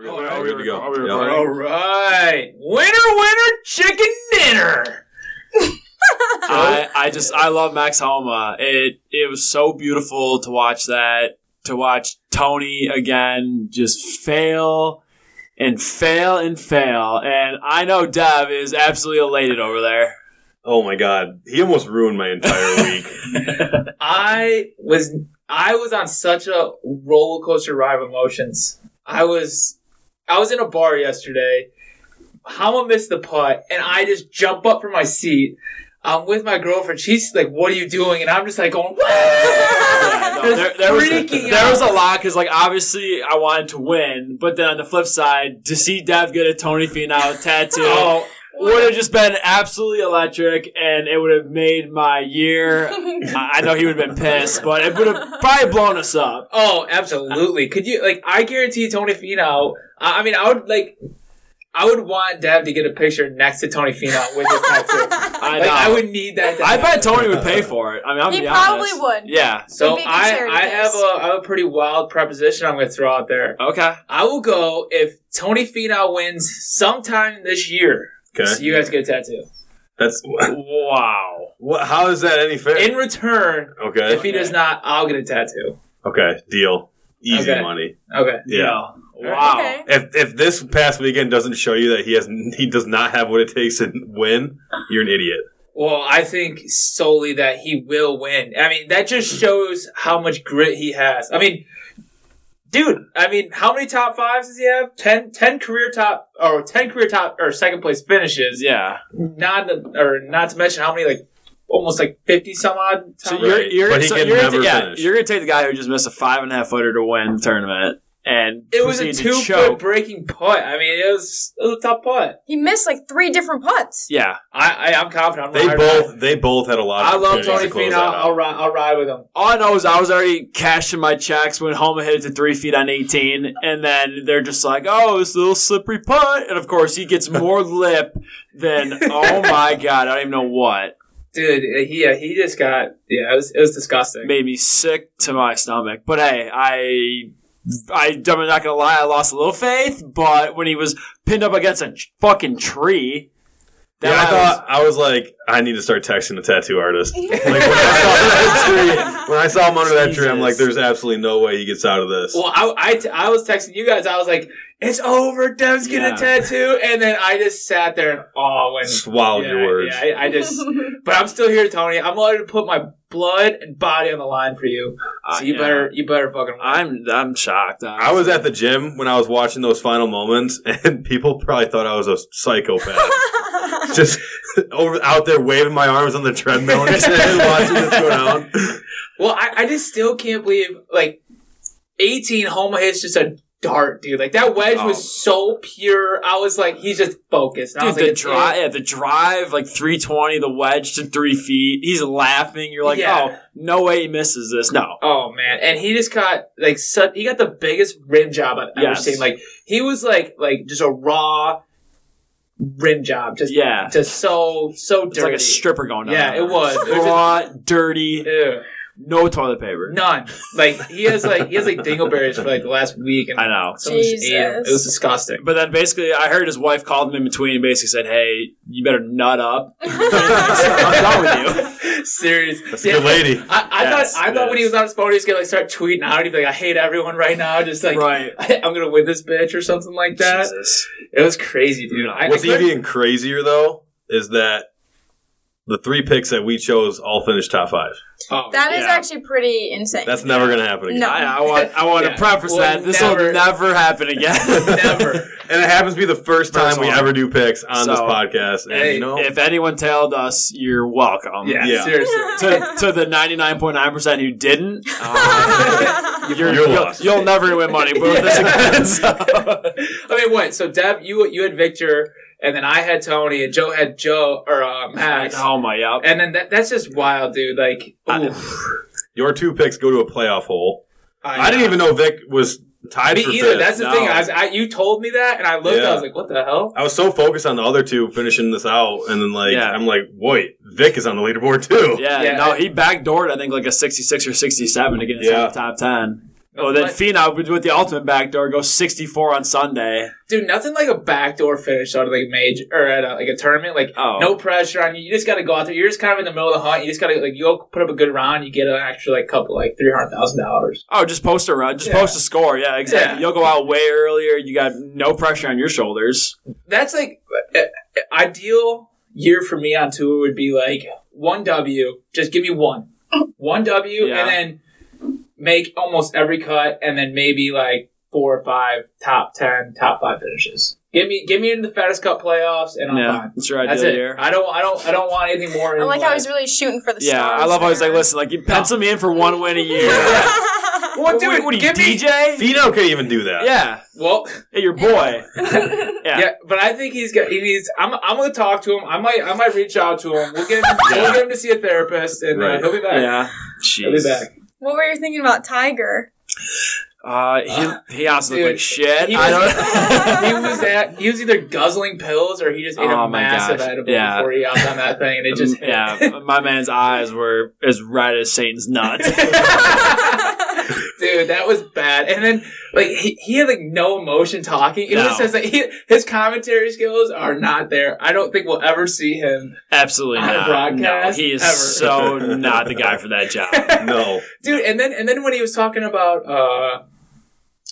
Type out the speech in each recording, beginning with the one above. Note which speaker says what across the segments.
Speaker 1: Oh,
Speaker 2: Are we
Speaker 1: Yeah.
Speaker 2: recording?
Speaker 3: All right, winner, winner, chicken dinner. I, I just I love Max Homa. It it was so beautiful to watch that to watch Tony again just fail and fail and fail. And I know Dev is absolutely elated over there.
Speaker 1: Oh my god, he almost ruined my entire week.
Speaker 4: I was I was on such a roller coaster ride of emotions. I was I was in a bar yesterday. Hama missed the putt, and I just jump up from my seat. I'm with my girlfriend. She's like, "What are you doing?" And I'm just like going,
Speaker 3: Yeah, no, there, there was,
Speaker 4: Freaking
Speaker 3: there
Speaker 4: out.
Speaker 3: was a lot because like obviously I wanted to win, but then on the flip side, to see Dev get a Tony Finau tattoo.
Speaker 4: "Oh,
Speaker 3: would have just been absolutely electric and it would have made my year. I I know he would have been pissed, but it would have probably blown us up.
Speaker 4: Oh, absolutely. Could you like? I guarantee Tony Finau. I, I mean, I would like. I would want Dev to get a picture next to Tony Finau with his tattoo.
Speaker 3: I
Speaker 4: Like,
Speaker 3: know.
Speaker 4: I would need that. To
Speaker 3: I
Speaker 4: happen.
Speaker 3: bet Tony would pay for it. I mean, I'm
Speaker 5: He
Speaker 3: be
Speaker 5: probably
Speaker 3: honest.
Speaker 5: would.
Speaker 3: Yeah.
Speaker 4: So
Speaker 5: Big
Speaker 4: I,
Speaker 5: charity
Speaker 4: I have
Speaker 5: case.
Speaker 4: a, I have a pretty wild proposition I'm going to throw out there.
Speaker 3: Okay.
Speaker 4: I will go if Tony Finau wins sometime this year. So
Speaker 1: Okay,
Speaker 4: you guys get a tattoo.
Speaker 1: that's
Speaker 3: Wow.
Speaker 1: what, how is that any fair?
Speaker 4: In return,
Speaker 1: okay,
Speaker 4: if he does not, I'll get a tattoo.
Speaker 1: okay, deal, easy
Speaker 4: Okay.
Speaker 1: money.
Speaker 4: Okay.
Speaker 1: Yeah.
Speaker 3: Wow.
Speaker 5: Okay.
Speaker 1: If if this past weekend doesn't show you that he has he does not have what it takes to win, you're an idiot.
Speaker 4: Well, I think solely that he will win. I mean, that just shows how much grit he has. I mean, dude, I mean, how many top fives does he have? 10, 10 career top or 10 career top or second place finishes.
Speaker 3: Yeah.
Speaker 4: Not or not to mention how many like almost like 50 some odd
Speaker 3: So
Speaker 4: top-
Speaker 3: you're
Speaker 1: Right.
Speaker 3: you're,
Speaker 1: But he
Speaker 3: so
Speaker 1: can
Speaker 3: you're, gonna,
Speaker 1: never
Speaker 3: ta- yeah,
Speaker 1: finish.
Speaker 3: you're gonna take the guy who just missed a five and a half footer to win the tournament and
Speaker 4: It was a
Speaker 3: proceed to
Speaker 4: two foot
Speaker 3: choke.
Speaker 4: breaking putt. I mean, it was it was a tough putt.
Speaker 5: He missed like three different putts.
Speaker 3: Yeah.
Speaker 4: I, I I'm confident. I'm
Speaker 1: They
Speaker 4: gonna ride with
Speaker 1: both
Speaker 4: him.
Speaker 1: they both had a lot. Of
Speaker 4: I love
Speaker 1: opportunities
Speaker 4: Tony
Speaker 1: to close
Speaker 4: Finau.
Speaker 1: that
Speaker 4: I'll
Speaker 1: out.
Speaker 4: ride. I'll ride with him.
Speaker 3: All I know is I was already cashing my checks when Homa hit it to three feet on 18, and then they're just like, oh, this little slippery putt. And of course, he gets more lip than, oh my God, I don't even know what.
Speaker 4: Dude, he yeah, he just got yeah. It was it was disgusting.
Speaker 3: Made me sick to my stomach. But hey, I. I, I'm not gonna lie, I lost a little faith, but when he was pinned up against a ch- fucking tree,
Speaker 1: Yeah, I thought I was like, I need to start texting the tattoo artist. Like when I saw that tree, when I saw him under that tree, I'm like,
Speaker 3: Jesus.
Speaker 1: there's absolutely no way he gets out of this.
Speaker 4: Well, I, I, t- I was texting you guys. I was like, "It's over. Dev's getting
Speaker 3: Yeah.
Speaker 4: a tattoo," and then I just sat there in awe when
Speaker 1: Swallow
Speaker 4: yeah,
Speaker 1: your words.
Speaker 4: Yeah, I, I just. But I'm still here, Tony. I'm willing to put my blood and body on the line for you.
Speaker 3: Uh,
Speaker 4: So you
Speaker 3: yeah.
Speaker 4: better you better fucking. win.
Speaker 3: I'm I'm shocked.
Speaker 1: I was at the gym when I was watching those final moments, and people probably thought I was a psychopath. Just over out there waving my arms on the treadmill and shit, watching this go down.
Speaker 4: Well, I, I just still can't believe like 18 Homa hits just a dart, dude. Like that wedge
Speaker 3: Oh.
Speaker 4: was so pure. I was like, he's just focused. And I
Speaker 3: Dude,
Speaker 4: was like,
Speaker 3: the
Speaker 4: it's-
Speaker 3: drive, yeah, the drive, like three twenty, the wedge to three feet. He's laughing. You're like,
Speaker 4: Yeah.
Speaker 3: oh, no way he misses this. No,
Speaker 4: Oh man, and he just got like su- he got the biggest rim job I've ever
Speaker 3: Yes.
Speaker 4: seen. Like he was like like just a raw rim job, just
Speaker 3: yeah,
Speaker 4: just so so
Speaker 3: it's
Speaker 4: dirty.
Speaker 3: like a stripper going down.
Speaker 4: Yeah,
Speaker 3: there.
Speaker 4: it was. It was
Speaker 3: raw, dirty,
Speaker 4: Ew.
Speaker 3: no toilet paper.
Speaker 4: None. Like he has like he has like dingleberries for like the last week, and
Speaker 3: I know.
Speaker 4: someone just ate 'em.
Speaker 5: Jesus.
Speaker 4: It was disgusting.
Speaker 3: But then basically, I heard his wife called him in between and basically said, "Hey, you better nut up." I'm done with you.
Speaker 4: Serious.
Speaker 1: That's a good lady.
Speaker 4: I, I
Speaker 3: Yes,
Speaker 4: thought I thought when he
Speaker 3: yes.
Speaker 4: was on his phone, he was gonna like start tweeting out. He'd be like, "I hate everyone right now." Just like
Speaker 3: right.
Speaker 4: I'm gonna win this bitch or something like that.
Speaker 3: Jesus.
Speaker 4: It was crazy, dude. I,
Speaker 1: What's
Speaker 4: I couldn't-
Speaker 1: even crazier though is that the three picks that we chose all finished top five.
Speaker 4: oh,
Speaker 5: That is
Speaker 3: Yeah.
Speaker 5: actually pretty insane.
Speaker 1: That's never gonna happen again.
Speaker 5: No.
Speaker 3: I, I want. I want
Speaker 4: Yeah.
Speaker 3: to preface
Speaker 4: Well,
Speaker 3: that this will
Speaker 4: never-
Speaker 3: never happen again.
Speaker 4: never.
Speaker 1: And it happens to be the first time
Speaker 3: First
Speaker 1: we
Speaker 3: one.
Speaker 1: ever do picks on this
Speaker 3: So,
Speaker 1: podcast. And
Speaker 4: hey,
Speaker 1: you know,
Speaker 3: if anyone tailed us, you're welcome.
Speaker 4: Yeah,
Speaker 1: Yeah.
Speaker 4: seriously.
Speaker 3: to, to the 99.9% who didn't, um, you're,
Speaker 1: You're
Speaker 3: you'll,
Speaker 1: lost.
Speaker 3: you'll never win money with this again. So.
Speaker 4: I mean, what? So Deb, you you had Victor, and then I had Tony, and Joe had Joe or uh, Max,
Speaker 3: Oh my, yeah.
Speaker 4: and then that, that's just wild, dude. Like,
Speaker 3: I-
Speaker 4: oof.
Speaker 1: your two picks go to a playoff hole.
Speaker 4: I,
Speaker 1: I didn't even know Vic was tied
Speaker 4: me
Speaker 1: for
Speaker 4: either.
Speaker 1: fifth.
Speaker 4: That's the
Speaker 3: no.
Speaker 4: thing. I, was, I you told me that, and I looked.
Speaker 1: Yeah.
Speaker 4: I was like, what the hell?
Speaker 1: I was so focused on the other two finishing this out, and then like
Speaker 3: Yeah.
Speaker 1: I'm like, wait, Vic is on the leaderboard too.
Speaker 3: Yeah,
Speaker 4: Yeah.
Speaker 3: no, he backdoored, I think, like a 66 or 67 to get us
Speaker 1: Yeah.
Speaker 3: in the top 10. Oh, then
Speaker 4: Like-
Speaker 3: Fina would do it the ultimate backdoor, go 64 on Sunday.
Speaker 4: dude, nothing like a backdoor finish out of like a major or at a, like a tournament. Like
Speaker 3: Oh.
Speaker 4: no pressure on you. You just got to go out there. You're just kind of in the middle of the hunt. You just got to like you go put up a good round. You get an extra like couple like three hundred thousand dollars.
Speaker 3: Oh, just post a run. Just
Speaker 4: Yeah.
Speaker 3: post a score. Yeah, exactly.
Speaker 4: Yeah.
Speaker 3: You'll go out way earlier. You got no pressure on your shoulders.
Speaker 4: That's like uh, uh, ideal year for me on tour would be like one W. Just give me one, one W,
Speaker 3: Yeah.
Speaker 4: and then make almost every cut, and then maybe like four or five top ten, top five finishes. Give me give me into the fattest cup playoffs, and I'm
Speaker 3: yeah,
Speaker 4: fine.
Speaker 3: that's your ideal
Speaker 4: That's it.
Speaker 3: year.
Speaker 4: I don't, I don't, I don't want anything more.
Speaker 5: I like
Speaker 4: anymore.
Speaker 5: how he's really shooting for the
Speaker 3: yeah,
Speaker 5: stars.
Speaker 3: I love how he's like,
Speaker 5: there.
Speaker 3: listen, like you pencil me in for one win a year.
Speaker 4: Well, dude,
Speaker 3: what are you,
Speaker 4: give me-
Speaker 3: DJ?
Speaker 1: Fino could even do that.
Speaker 3: Yeah,
Speaker 4: Well,
Speaker 3: hey, your boy.
Speaker 4: yeah.
Speaker 3: Yeah.
Speaker 4: but I think he's got. He needs. I'm. I'm gonna talk to him. I might. I might reach out to him. We'll get. Him, We'll get him to see a therapist, and uh,
Speaker 1: Right.
Speaker 4: he'll be back.
Speaker 3: yeah,
Speaker 4: He'll be
Speaker 3: jeez.
Speaker 4: back.
Speaker 5: What were you thinking about Tiger?
Speaker 3: Uh, he he also looked
Speaker 4: Dude,
Speaker 3: like shit.
Speaker 4: he
Speaker 3: I
Speaker 5: was-
Speaker 4: He
Speaker 3: don't.
Speaker 4: was at. He was either guzzling pills or he just ate
Speaker 3: Oh
Speaker 4: a
Speaker 3: my
Speaker 4: massive
Speaker 3: gosh,
Speaker 4: edible
Speaker 3: yeah.
Speaker 4: before he hopped on that thing, and it just.
Speaker 3: yeah, my man's eyes were as red as Satan's nuts.
Speaker 4: Dude, that was bad. And then, like, he, he had like no emotion talking. It
Speaker 3: No.
Speaker 4: was just like he, his commentary skills are not there. I don't think we'll ever see him.
Speaker 3: Absolutely
Speaker 4: On a
Speaker 3: not.
Speaker 4: broadcast?
Speaker 3: no, he is
Speaker 4: Ever.
Speaker 3: so not the guy for that job.
Speaker 1: No.
Speaker 4: dude and then and then when he was talking about uh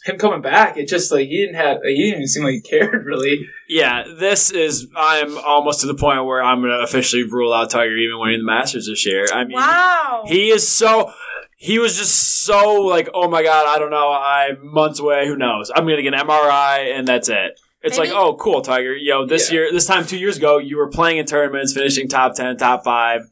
Speaker 4: him coming back it just like he didn't have he didn't even seem like he cared really
Speaker 3: Yeah, this is. I'm almost to the point where I'm going to officially rule out Tiger even winning the Masters this year. I mean,
Speaker 5: wow.
Speaker 3: he is so. He was just so like, oh my god, I don't know. I'm months away. Who knows? I'm going to get an MRI and that's it. It's
Speaker 5: Maybe-
Speaker 3: like, oh, cool, Tiger. Yo, this
Speaker 4: Yeah.
Speaker 3: year, this time two years ago, you were playing in tournaments, finishing top 10, top five,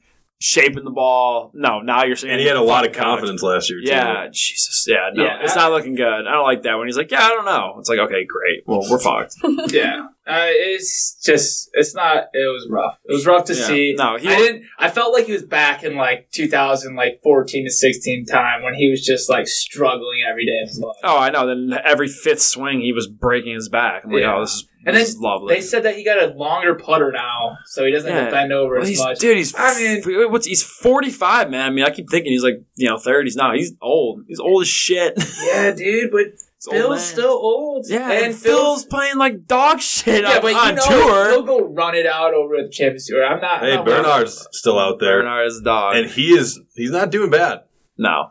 Speaker 3: shaping the ball. No, now you're saying.
Speaker 1: And he had a lot of confidence last year, too.
Speaker 3: Yeah, Jesus. Yeah, no,
Speaker 4: Yeah.
Speaker 3: it's not looking good. I don't like that when he's like, yeah, I don't know. It's like, okay, great. Well, we're fucked.
Speaker 4: yeah uh, it's just it's not it was rough it was rough to
Speaker 3: Yeah.
Speaker 4: see
Speaker 3: No, he
Speaker 4: i didn't i felt like he was back in like 2000 like 14 to 16 time when he was just like struggling every day of his life
Speaker 3: Oh, I know. Then every fifth swing, he was breaking his back. I'm like,
Speaker 4: Yeah.
Speaker 3: oh, this is,
Speaker 4: And
Speaker 3: this
Speaker 4: then
Speaker 3: is lovely.
Speaker 4: they said that he got a longer putter now so he doesn't have to
Speaker 3: Yeah.
Speaker 4: bend over
Speaker 3: Well,
Speaker 4: as
Speaker 3: he's,
Speaker 4: much
Speaker 3: dude, he's
Speaker 4: I mean-
Speaker 3: f- what's he's 45, man. I mean, I keep thinking he's like you know 30s now. He's old. He's old as shit. He's
Speaker 4: yeah dude but
Speaker 3: an old
Speaker 4: Phil's
Speaker 3: man.
Speaker 4: still old
Speaker 3: yeah,
Speaker 4: and,
Speaker 3: and Phil's playing like dog shit on, on
Speaker 4: he'll
Speaker 3: tour.
Speaker 4: go run it out over at the Champions Tour. I'm not.
Speaker 1: Hey,
Speaker 4: I'm not worried.
Speaker 1: Bernard's still out there.
Speaker 3: Bernard is a dog.
Speaker 1: And he is he's not doing bad.
Speaker 3: No.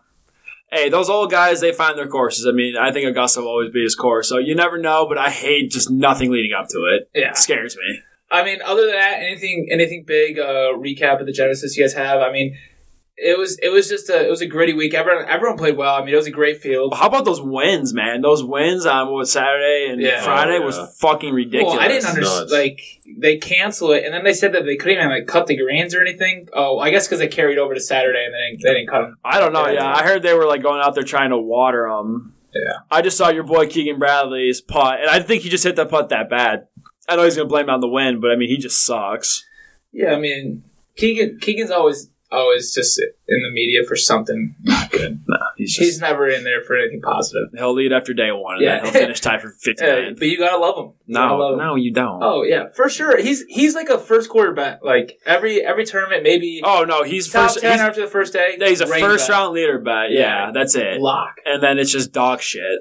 Speaker 3: Hey, those old guys, they find their courses. I mean, I think Augusta will always be his course, so you never know, but I hate just nothing leading up to it.
Speaker 4: Yeah,
Speaker 3: It scares me.
Speaker 4: I mean, other than that, anything, anything big? Uh, recap of the Genesis you guys have. I mean, it was it was just a it was a gritty week. Everyone everyone played well. I mean, it was a great field.
Speaker 3: How about those wins, man? Those wins on what, Saturday and
Speaker 4: Yeah.
Speaker 3: Friday
Speaker 1: Oh, yeah.
Speaker 3: was fucking ridiculous.
Speaker 4: Well, I didn't understand.
Speaker 1: Nuts.
Speaker 4: Like they cancel it, and then they said that they couldn't even like cut the greens or anything. Oh, I guess because they carried over to Saturday and then they didn't cut them.
Speaker 3: I don't know.
Speaker 4: Yeah.
Speaker 3: Yeah, I heard they were like going out there trying to water them.
Speaker 4: Yeah.
Speaker 3: I just saw your boy Keegan Bradley's putt, and I think he just hit that putt that bad. I know he's gonna blame it on the win, but I mean he just sucks.
Speaker 4: Yeah, I mean, Keegan Keegan's always always just in the media for something not good.
Speaker 3: He's just
Speaker 4: He's never in there for anything positive.
Speaker 3: he'll lead after day one, and
Speaker 4: Yeah.
Speaker 3: then he'll finish tied for fifty
Speaker 4: Yeah,
Speaker 3: nine.
Speaker 4: but you gotta love him. You gotta love
Speaker 3: No,
Speaker 4: him.
Speaker 3: no, you don't.
Speaker 4: Oh yeah, for sure. He's he's like a first quarterback. Like every every tournament, maybe
Speaker 3: Oh no, he's
Speaker 4: top
Speaker 3: first.
Speaker 4: ten
Speaker 3: He's,
Speaker 4: after the first day.
Speaker 3: he's a
Speaker 4: great
Speaker 3: first
Speaker 4: bet.
Speaker 3: round leader bet. Yeah,
Speaker 4: Yeah.
Speaker 3: that's it.
Speaker 4: lock.
Speaker 3: And then it's just dog shit.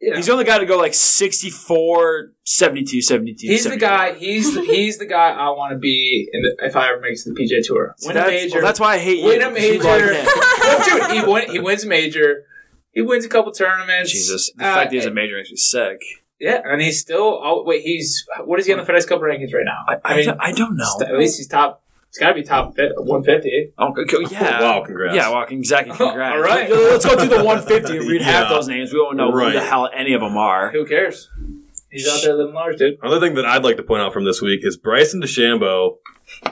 Speaker 4: Yeah.
Speaker 3: He's
Speaker 4: He's,
Speaker 3: the only guy to go like 64, 72, 72.
Speaker 4: the guy. He's he's the guy I want to be in the, if I ever make it to the PJ Tour.
Speaker 3: So
Speaker 4: Win
Speaker 3: that's,
Speaker 4: a major.
Speaker 3: well, that's why I hate you.
Speaker 4: Win a
Speaker 3: You
Speaker 4: major.
Speaker 3: like him.
Speaker 4: Well, dude, he win, he wins a major. He wins a couple tournaments.
Speaker 3: Jesus, the
Speaker 4: Uh,
Speaker 3: fact that he's a major makes me sick.
Speaker 4: yeah, and he's still. Oh wait, he's what is he on the FedEx Cup rankings right now?
Speaker 3: I, I,
Speaker 4: mean,
Speaker 3: don't- I don't know.
Speaker 4: At least he's top. He's got to be top one fifty.
Speaker 3: Oh, okay, yeah.
Speaker 1: Wow, congrats.
Speaker 3: Yeah, well, exactly. Congrats.
Speaker 4: All right.
Speaker 3: Let's go through the 150 and read half
Speaker 1: Yeah.
Speaker 3: those names. We don't know who the
Speaker 1: Right.
Speaker 3: hell any of them are.
Speaker 4: Who cares? He's out there living large, dude.
Speaker 1: Another thing that I'd like to point out from this week is Bryson DeChambeau.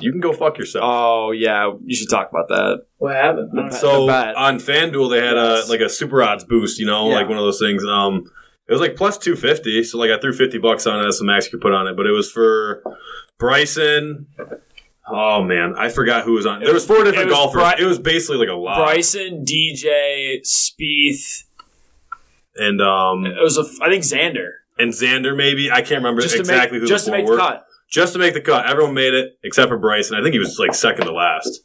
Speaker 1: You can go fuck yourself.
Speaker 3: Oh, yeah. You should talk about that.
Speaker 4: What happened? I don't know.
Speaker 1: so
Speaker 3: the bet.
Speaker 1: on FanDuel they had a
Speaker 3: Yes.
Speaker 1: like a super odds boost, you know,
Speaker 3: Yeah.
Speaker 1: like one of those things. Um, it was like plus two fifty. So like I threw fifty bucks on it. That's the max you could put on it. But it was for Bryson. Oh man, I forgot who was on. There was four different
Speaker 3: it was
Speaker 1: golfers.
Speaker 3: Bry-
Speaker 1: it was basically like a lot.
Speaker 3: Bryson, DJ, Spieth.
Speaker 1: and um
Speaker 3: It was, a, I think, Xander.
Speaker 1: and Xander maybe I can't remember
Speaker 3: Just
Speaker 1: exactly
Speaker 3: to make,
Speaker 1: who
Speaker 3: just
Speaker 1: the
Speaker 3: to
Speaker 1: four
Speaker 3: make
Speaker 1: were.
Speaker 3: the cut.
Speaker 1: Just to make the cut, everyone made it except for Bryson. I think he was like second to last.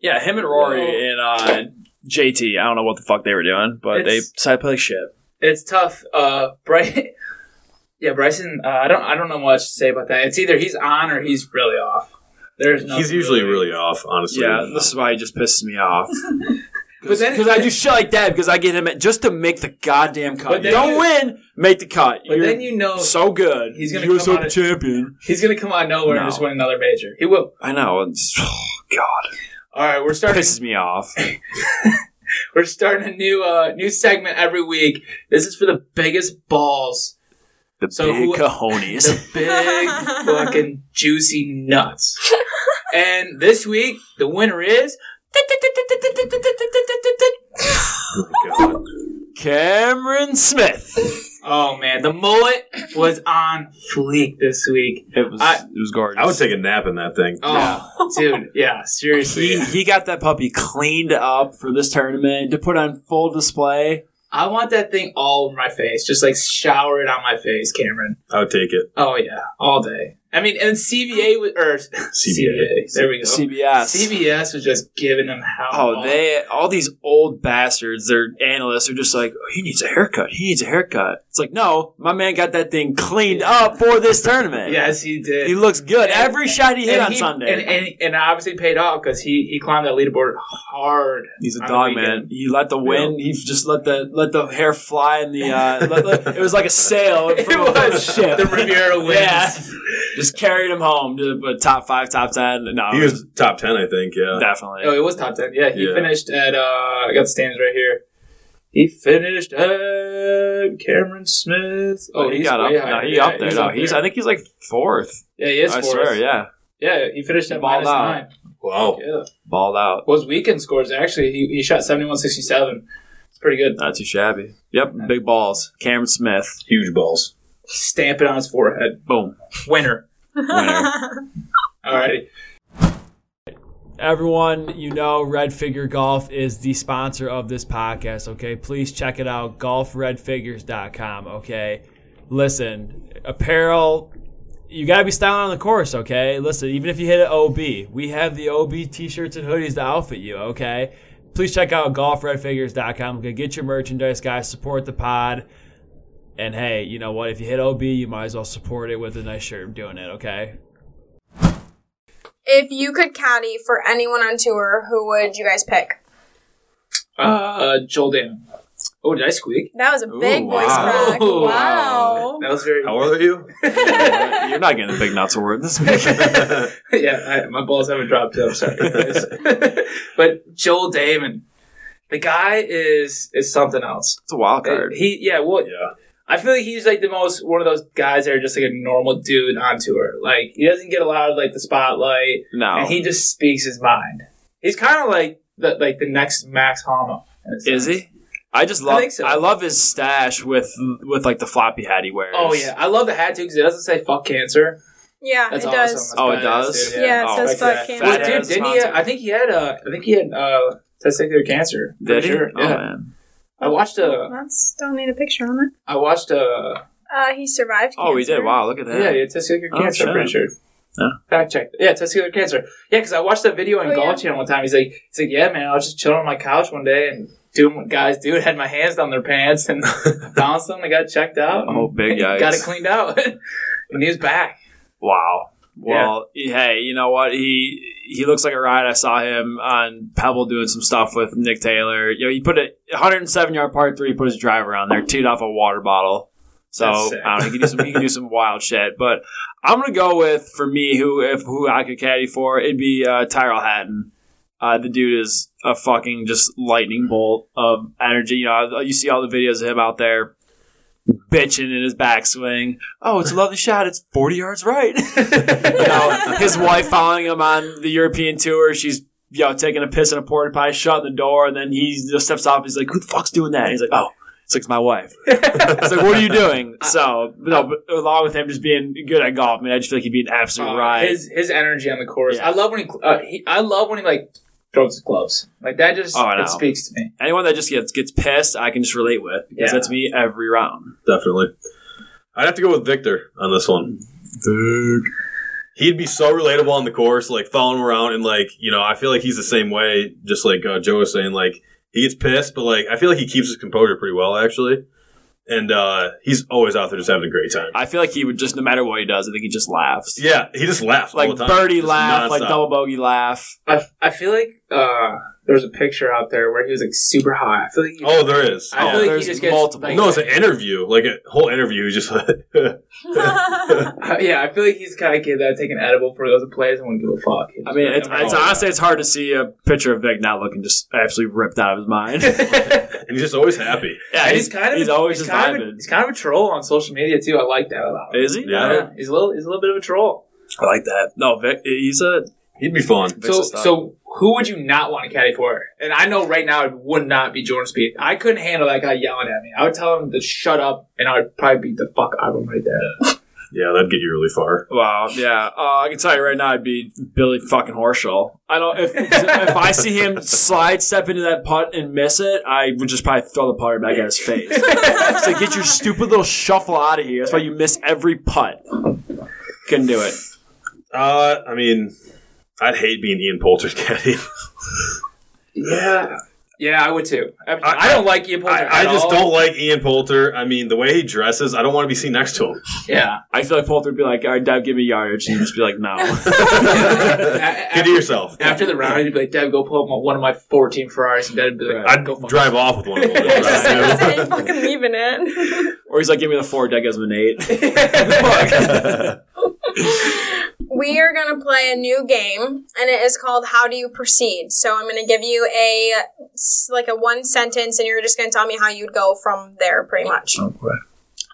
Speaker 3: Yeah, him and Rory and uh, JT. I don't know what the fuck they were doing, but
Speaker 4: It's-
Speaker 3: they side play like shit.
Speaker 4: It's tough. Uh, Bryce. Yeah, Bryson. Uh, I don't. I don't know much to say about that. It's either he's on or he's really off. There's no.
Speaker 1: He's usually really off, honestly.
Speaker 3: Yeah, this is why he just pisses me off.
Speaker 4: But then-
Speaker 3: because I do shit like that because I get him at, just to make the goddamn
Speaker 4: But
Speaker 3: cut. You
Speaker 4: then
Speaker 3: don't
Speaker 4: you-
Speaker 3: win, make the cut.
Speaker 4: But
Speaker 3: You're
Speaker 4: then you know
Speaker 3: so good.
Speaker 4: He's gonna
Speaker 3: US
Speaker 4: come
Speaker 3: Open
Speaker 4: out
Speaker 3: champion.
Speaker 4: he's gonna come out of nowhere
Speaker 3: No.
Speaker 4: and just win another major. He will.
Speaker 3: I know. It's, oh God,
Speaker 4: All right, we're starting.
Speaker 3: pisses me off.
Speaker 4: We're starting a new uh, new segment every week. This is for the biggest balls,
Speaker 3: The
Speaker 4: So
Speaker 3: big
Speaker 4: who-
Speaker 3: cojones.
Speaker 4: the big fucking juicy nuts. And this week, the winner is
Speaker 1: Oh my God.
Speaker 3: Cameron Smith.
Speaker 4: oh man, the mullet was on fleek this week.
Speaker 3: It was
Speaker 4: I-
Speaker 3: it was gorgeous.
Speaker 1: I would take a nap in that thing.
Speaker 4: Oh, dude, yeah, seriously.
Speaker 3: He, he got that puppy cleaned up for this tournament to put on full display.
Speaker 4: I want that thing all in my face. Just like shower it on my face, Cameron.
Speaker 1: I would take it.
Speaker 4: Oh yeah, all day. I mean, and CBA was or CBA. There we go.
Speaker 3: CBS.
Speaker 4: CBS was just giving them hell.
Speaker 3: Oh, they all these old bastards. Their analysts are just like, oh, he needs a haircut. He needs a haircut. It's like, no, my man got that thing cleaned up for this tournament.
Speaker 4: Yes, he did.
Speaker 3: he looks good.
Speaker 4: And-
Speaker 3: Every shot he hit
Speaker 4: And
Speaker 3: on
Speaker 4: he-
Speaker 3: Sunday.
Speaker 4: and, and and obviously paid off because he he climbed that leaderboard hard.
Speaker 3: He's a
Speaker 4: on the
Speaker 3: dog man.
Speaker 4: weekend.
Speaker 3: He let the wind. He just let the let the hair fly in the. Uh, let, let- it was like a sail. in
Speaker 4: It
Speaker 3: front of a
Speaker 4: was
Speaker 3: ship.
Speaker 4: the Riviera wins.
Speaker 3: Yeah. just carried him home to a top five, top ten. No,
Speaker 1: He was top ten, I think. Yeah.
Speaker 3: definitely.
Speaker 4: Oh, it was top ten. Yeah, he
Speaker 1: Yeah.
Speaker 4: finished at. uh I got the standings right here. He finished at Cameron Smith.
Speaker 3: Oh, he got up.
Speaker 4: way
Speaker 3: No,
Speaker 4: higher.
Speaker 3: he
Speaker 4: Yeah,
Speaker 3: up there. No, he's. I think he's like fourth.
Speaker 4: Yeah, he is.
Speaker 3: I
Speaker 4: fourth.
Speaker 3: swear. Yeah,
Speaker 4: Yeah, he finished at
Speaker 3: Balled
Speaker 4: minus
Speaker 3: out.
Speaker 4: nine.
Speaker 1: Wow.
Speaker 4: Yeah.
Speaker 3: balled out.
Speaker 4: Well, his weekend scores actually. He, he shot seventy one sixty seven. It's pretty good.
Speaker 3: Not too shabby. Yep, big balls. Cameron Smith.
Speaker 1: Huge balls.
Speaker 4: Stamp it on his forehead.
Speaker 3: Boom.
Speaker 4: Winner. Alrighty.
Speaker 3: Everyone, you know, Red Figure Golf is the sponsor of this podcast, okay? Please check it out, golfredfigures.com, okay? Listen, apparel, you got to be styling on the course, okay? Listen, even if you hit an OB, we have the OB t shirts and hoodies to outfit you, okay? Please check out golfredfigures.com, okay? Get your merchandise, guys, support the pod. And hey, you know what? If you hit OB, you might as well support it with a nice shirt doing it, okay?
Speaker 5: If you could caddy for anyone on tour, who would you guys pick?
Speaker 4: Uh, Joel Dan. Oh, did I squeak?
Speaker 5: That was a big
Speaker 3: Ooh,
Speaker 5: voice
Speaker 3: wow.
Speaker 5: crack.
Speaker 4: Oh,
Speaker 5: Wow.
Speaker 4: That was very.
Speaker 1: How old are you?
Speaker 3: You're not getting the big nuts award this week.
Speaker 4: yeah, I, my balls haven't dropped yet. I'm sorry, guys. but Joel Damon, the guy is is something else. Uh,
Speaker 3: It's a wild card.
Speaker 4: He, yeah, well,
Speaker 1: Yeah.
Speaker 4: I feel like he's like the most one of those guys that are just like a normal dude on tour. Like he doesn't get a lot of like the spotlight,
Speaker 3: No.
Speaker 4: and he just speaks his mind. He's kind of like the like the next Max Hama. in a
Speaker 3: Is
Speaker 4: sense.
Speaker 3: he? I just love. I,
Speaker 4: think so.
Speaker 3: love his stash with with like the floppy hat he wears.
Speaker 4: Oh yeah, I love the hat too because it doesn't say "fuck cancer."
Speaker 5: Yeah,
Speaker 4: That's
Speaker 5: it
Speaker 4: awesome.
Speaker 5: does.
Speaker 3: Oh, it
Speaker 4: badass,
Speaker 3: does?
Speaker 4: dude,
Speaker 5: Yeah, it
Speaker 3: Oh,
Speaker 5: says
Speaker 4: Like
Speaker 5: fuck
Speaker 4: that.
Speaker 5: cancer.
Speaker 4: Well,
Speaker 3: Fat
Speaker 4: dude,
Speaker 3: ass
Speaker 4: didn't he?
Speaker 3: sponsor.
Speaker 4: I think he had. Uh, I think he had uh, testicular cancer.
Speaker 3: Did
Speaker 4: Pretty
Speaker 3: he?
Speaker 4: sure.
Speaker 3: Oh,
Speaker 4: yeah.
Speaker 3: man.
Speaker 4: I watched a.
Speaker 5: That's don't need a picture on it.
Speaker 4: I watched a.
Speaker 5: Uh, he survived.
Speaker 3: Oh, he did.
Speaker 5: cancer.
Speaker 3: Wow, look at that.
Speaker 4: Yeah, yeah testicular
Speaker 3: Oh,
Speaker 4: cancer.
Speaker 3: shit.
Speaker 4: I'm pretty sure.
Speaker 3: Yeah.
Speaker 4: Fact check. Yeah, testicular cancer. Yeah, because I watched that video on
Speaker 5: Oh,
Speaker 4: Golf
Speaker 5: yeah.
Speaker 4: Channel one time. He's like, he's like, yeah, man, I was just chilling on my couch one day and doing what guys do. Had my hands down their pants and bounced them. I got checked out. and
Speaker 3: Oh, big yikes.
Speaker 4: Got it cleaned out. and he was back.
Speaker 3: Wow. Well, hey, you know what? He he looks like a ride. I saw him on Pebble doing some stuff with Nick Taylor. You know, he put a 107 yard par three. He put his driver on there, teed off a water bottle. So
Speaker 4: That's sick.
Speaker 3: I don't know, he can do some he can do some wild shit. But I'm gonna go with for me who if who I could caddy for it'd be uh, Tyrell Hatton. Uh, the dude is a fucking just lightning bolt of energy. You know, you see all the videos of him out there bitching in his backswing. Oh, it's a lovely shot. It's 40 yards right. you know, his wife following him on the European tour. She's you know taking a piss in a porta potty, shutting the door, and then he just steps off. He's like, "Who the fuck's doing that?" And he's like, "Oh." It's like "It's my wife. It's like, what are you doing? So no, but along with him just being good at golf, I mean, I just feel like he'd be an absolute
Speaker 4: Uh,
Speaker 3: ride.
Speaker 4: His his energy on the course.
Speaker 3: Yeah.
Speaker 4: I love when he, uh, he. I love when he like throws his gloves. Like that just
Speaker 3: Oh, I know.
Speaker 4: it speaks to me.
Speaker 3: Anyone that just gets gets pissed, I can just relate with because
Speaker 4: Yeah.
Speaker 3: that's me every round.
Speaker 1: Definitely. I'd have to go with Victor on this one. He'd be so relatable on the course, like following him around, and like you know, I feel like he's the same way. Just like uh, Joe was saying, like He gets pissed, but like I feel like he keeps his composure pretty well actually, and uh, he's always out there just having a great time.
Speaker 3: I feel like he would just no matter what he does, I think he just laughs.
Speaker 1: Yeah, he just laughs all
Speaker 3: Like
Speaker 1: the time.
Speaker 3: birdie
Speaker 1: Just
Speaker 3: laugh, like
Speaker 1: nonstop.
Speaker 3: double bogey laugh.
Speaker 4: I, I feel like uh, there was a picture out there where he was like super high. I feel like he,
Speaker 1: Oh, there is.
Speaker 4: I
Speaker 1: Oh.
Speaker 4: feel like
Speaker 3: there's
Speaker 4: he just gets
Speaker 3: multiple.
Speaker 4: like-
Speaker 1: no, it's an interview, like a whole interview. He's just like,
Speaker 4: Uh, yeah, I feel like he's the kind of kid that would take an edible before he goes to plays and wouldn't give a fuck.
Speaker 3: I mean, it's, it's honestly it's hard to see a picture of Vic not looking just absolutely ripped out of his mind.
Speaker 1: and he's just always happy.
Speaker 3: yeah,
Speaker 4: And
Speaker 3: he's, kind of he's always
Speaker 4: he's
Speaker 3: just
Speaker 4: kind of, a,
Speaker 3: vibing.
Speaker 4: he's kind of a troll on social media too. I like that a lot.
Speaker 3: Is he?
Speaker 1: Yeah.
Speaker 4: he's a little he's a little bit of a troll.
Speaker 3: I like that. No, Vic, he's a
Speaker 1: He'd be fun.
Speaker 3: Vic's
Speaker 4: So
Speaker 3: a stud.
Speaker 4: so who would you not want to caddy for? And I know right now it would not be Jordan Speed. I couldn't handle that guy yelling at me. I would tell him to shut up, and I would probably beat the fuck out of him right there.
Speaker 1: Yeah, that'd get you really far.
Speaker 3: Wow, yeah. Uh, I can tell you right now, I'd be Billy fucking Horschel. I don't if if I see him slide step into that putt and miss it, I would just probably throw the putter back at his face. It's like get your stupid little shuffle out of here. That's why you miss every putt. Couldn't do it.
Speaker 1: Uh, I mean, I'd hate being Ian Poulter's caddy.
Speaker 4: Yeah. Yeah, I would too. I, I,
Speaker 1: I-
Speaker 4: don't like Ian Poulter.
Speaker 1: I, I
Speaker 4: at
Speaker 1: just
Speaker 4: all.
Speaker 1: don't like Ian Poulter. I mean, the way he dresses, I don't want to be seen next to him.
Speaker 4: Yeah.
Speaker 3: I feel like Poulter would be like, "All right, Dave, give me yardage," and he'd just be like, "No."
Speaker 1: Get to yourself.
Speaker 4: After the round, he'd be like, Deb, go pull up one of my 14 Ferraris. And Deb'd be like,
Speaker 1: I'd
Speaker 4: go fuck
Speaker 1: drive off with one of those.
Speaker 5: You're just like,
Speaker 1: right?
Speaker 5: "Listen, I ain't fucking leaving it.
Speaker 3: Or he's like, "Give me the four, Dad gives him an eight.
Speaker 5: We are going to play a new game, and it is called How Do You Proceed? So I'm going to give you a, like a one sentence, and you're just going to tell me how you'd go from there, pretty much.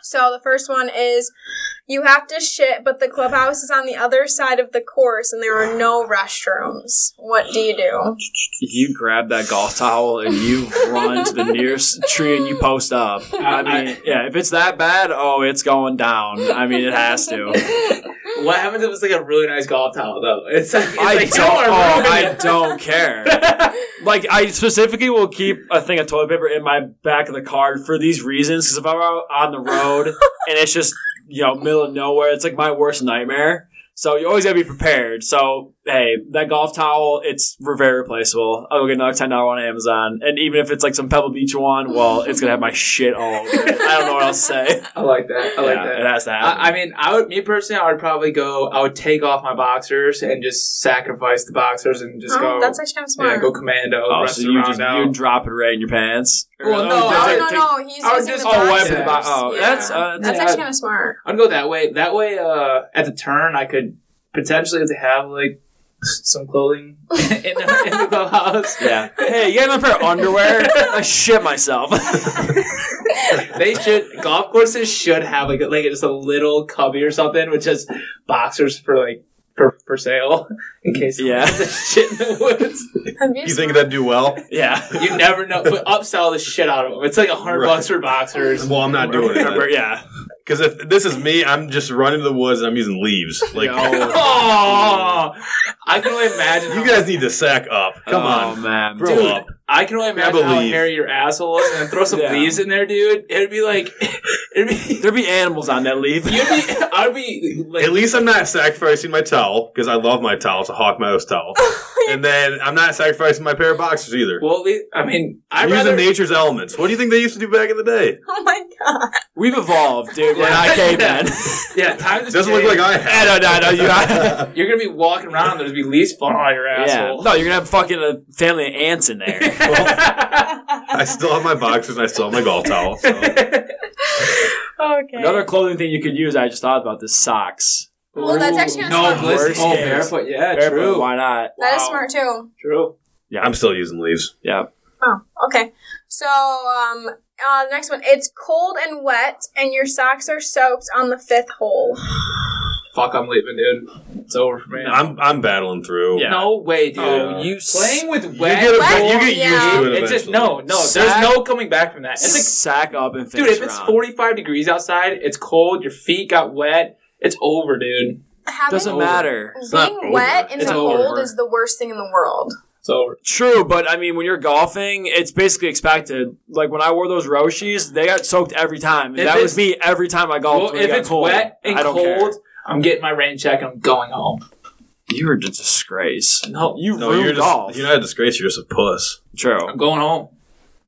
Speaker 5: So the first one is you have to shit, but the clubhouse is on the other side of the course and there are no restrooms. What do you do?
Speaker 3: you grab that golf towel and you run to the nearest tree and you post up. I mean, yeah, if it's that bad, oh, it's going down. I mean, it has to.
Speaker 4: What happens if it's like a really nice golf towel though? It's like, it's
Speaker 3: I
Speaker 4: like
Speaker 3: don't.
Speaker 4: you are
Speaker 3: oh,
Speaker 4: ruining
Speaker 3: I
Speaker 4: it.
Speaker 3: don't care. Like, I specifically will keep a thing of toilet paper in my back of the car for these reasons. Because if I'm out on the road and it's just you know middle of nowhere, it's like my worst nightmare. So you always gotta be prepared. So hey, that golf towel, it's very replaceable. I'll go get another ten dollar one on Amazon, and even if it's like some Pebble Beach one, well, it's gonna have my shit all over. it. I don't know what else to say.
Speaker 4: I like that. I like
Speaker 3: Yeah, It
Speaker 4: that.
Speaker 3: has to happen.
Speaker 4: I, I mean, I would me personally, I would probably go. I would take off my boxers and just sacrifice the boxers and just
Speaker 5: Oh,
Speaker 4: go.
Speaker 5: that's actually kind of smart.
Speaker 4: yeah, go commando.
Speaker 3: Oh,
Speaker 4: rest
Speaker 3: so
Speaker 4: the
Speaker 3: you
Speaker 4: round
Speaker 3: just
Speaker 4: out.
Speaker 3: you drop it right in your pants.
Speaker 4: Well,
Speaker 3: Or-
Speaker 4: no,
Speaker 3: oh,
Speaker 4: I
Speaker 5: No,
Speaker 3: take-
Speaker 5: no,
Speaker 3: take-
Speaker 5: no. He's
Speaker 4: I would
Speaker 5: using
Speaker 4: just-
Speaker 5: the
Speaker 4: oh,
Speaker 5: boxers.
Speaker 4: wipe the
Speaker 3: box- oh,
Speaker 5: Yeah.
Speaker 3: that's, uh,
Speaker 5: that's
Speaker 3: yeah.
Speaker 5: actually kind of smart.
Speaker 4: I'd go that way. That way, uh, at the turn, I could potentially have to have like some clothing in the, in the clubhouse.
Speaker 3: Yeah. Hey, you got another pair of underwear? I shit myself.
Speaker 4: They should golf courses should have like a- like just a little cubby or something with just boxers for like for for sale in case someone
Speaker 3: Yeah.
Speaker 4: has a shit in the woods.
Speaker 5: That'd be
Speaker 1: you think
Speaker 5: smart.
Speaker 1: that'd do well?
Speaker 3: yeah.
Speaker 4: You never know, but upsell the shit out of them. It's like a hundred
Speaker 1: Right.
Speaker 4: bucks for boxers.
Speaker 1: Well, I'm not doing
Speaker 3: Remember,
Speaker 1: it.
Speaker 3: yeah.
Speaker 1: Because if this is me, I'm just running to the woods and I'm using leaves. Like,
Speaker 3: No.
Speaker 4: Oh, I can only imagine.
Speaker 1: you guys need to sack up. Come
Speaker 3: Oh,
Speaker 1: on.
Speaker 3: man.
Speaker 1: Grow
Speaker 4: Um, Dude.
Speaker 1: up.
Speaker 4: I can only
Speaker 1: Grab
Speaker 4: imagine
Speaker 1: a
Speaker 4: how
Speaker 1: leaf.
Speaker 4: hairy your asshole is, and then throw some
Speaker 3: Yeah.
Speaker 4: leaves in there, dude. It'd be like, it'd be.
Speaker 3: There'd be animals on that leaf.
Speaker 4: You'd be, I'd be like,
Speaker 1: At least I'm not sacrificing my towel because I love my towel. It's a Hawk Meadows towel. and then I'm not sacrificing my pair of boxers either.
Speaker 4: well, at least, I mean, I'd
Speaker 1: I'm using
Speaker 4: rather,
Speaker 1: nature's elements. What do you think they used to do back in the day?
Speaker 5: Oh my god.
Speaker 3: We've evolved, dude. We're
Speaker 4: Yeah.
Speaker 3: not cavemen.
Speaker 4: yeah, time to
Speaker 1: Doesn't look like I
Speaker 3: Eh,
Speaker 1: have.
Speaker 3: no, no, no, you're not.
Speaker 4: You're gonna be walking around, and there's gonna be leaves falling on your
Speaker 3: Yeah.
Speaker 4: asshole.
Speaker 3: No, you're gonna have fucking a family of ants in there.
Speaker 1: I still have my boxers and I still have my golf towel. So.
Speaker 5: Okay.
Speaker 3: Another clothing thing you could use, I just thought about this socks.
Speaker 5: Well, that's actually kinda
Speaker 4: no
Speaker 5: smart.
Speaker 4: blister.
Speaker 3: Worst
Speaker 4: Oh,
Speaker 3: case.
Speaker 4: barefoot. Yeah,
Speaker 3: Barefoot,
Speaker 4: true.
Speaker 3: Why not?
Speaker 5: That is
Speaker 4: Wow.
Speaker 5: smart too.
Speaker 4: True.
Speaker 1: Yeah, I'm still using leaves.
Speaker 3: Yeah.
Speaker 5: Oh, okay. So, um, uh, the next one. It's cold and wet, and your socks are soaked on the fifth hole.
Speaker 4: Fuck, I'm leaving, dude. It's over for me.
Speaker 1: I'm I'm battling through.
Speaker 3: Yeah.
Speaker 4: No way, dude.
Speaker 1: Oh,
Speaker 4: you playing with
Speaker 1: You
Speaker 4: wet?
Speaker 1: get, a,
Speaker 5: Well,
Speaker 1: you get
Speaker 5: yeah.
Speaker 1: used to it.
Speaker 4: it's just
Speaker 1: eventually.
Speaker 4: no, no.
Speaker 3: Sack-
Speaker 4: There's no coming back from that. It's like
Speaker 3: sack up and finish
Speaker 4: Dude, if it's
Speaker 3: round.
Speaker 4: 45 degrees outside, it's cold, your feet got wet, it's over, dude.
Speaker 5: Having
Speaker 3: doesn't
Speaker 4: over.
Speaker 3: matter.
Speaker 1: not
Speaker 5: being
Speaker 1: over.
Speaker 5: wet in
Speaker 4: It's
Speaker 5: the cold
Speaker 4: over.
Speaker 5: is the worst thing in the world.
Speaker 4: It's over.
Speaker 3: True, but I mean, when you're golfing, it's basically expected. Like when I wore those Roshis, they got soaked every time.
Speaker 4: If
Speaker 3: that was
Speaker 4: it's-
Speaker 3: me every time I golfed.
Speaker 4: Well,
Speaker 3: when it
Speaker 4: if
Speaker 3: got
Speaker 4: it's
Speaker 3: cold.
Speaker 4: wet and
Speaker 3: I don't
Speaker 4: cold,
Speaker 3: care.
Speaker 4: I'm getting my rain check and I'm going home.
Speaker 3: you were a disgrace.
Speaker 4: No,
Speaker 3: You
Speaker 1: No,
Speaker 3: ruined
Speaker 1: you're just
Speaker 3: golf.
Speaker 1: you're not a disgrace. You're just a puss.
Speaker 3: True.
Speaker 4: I'm going home.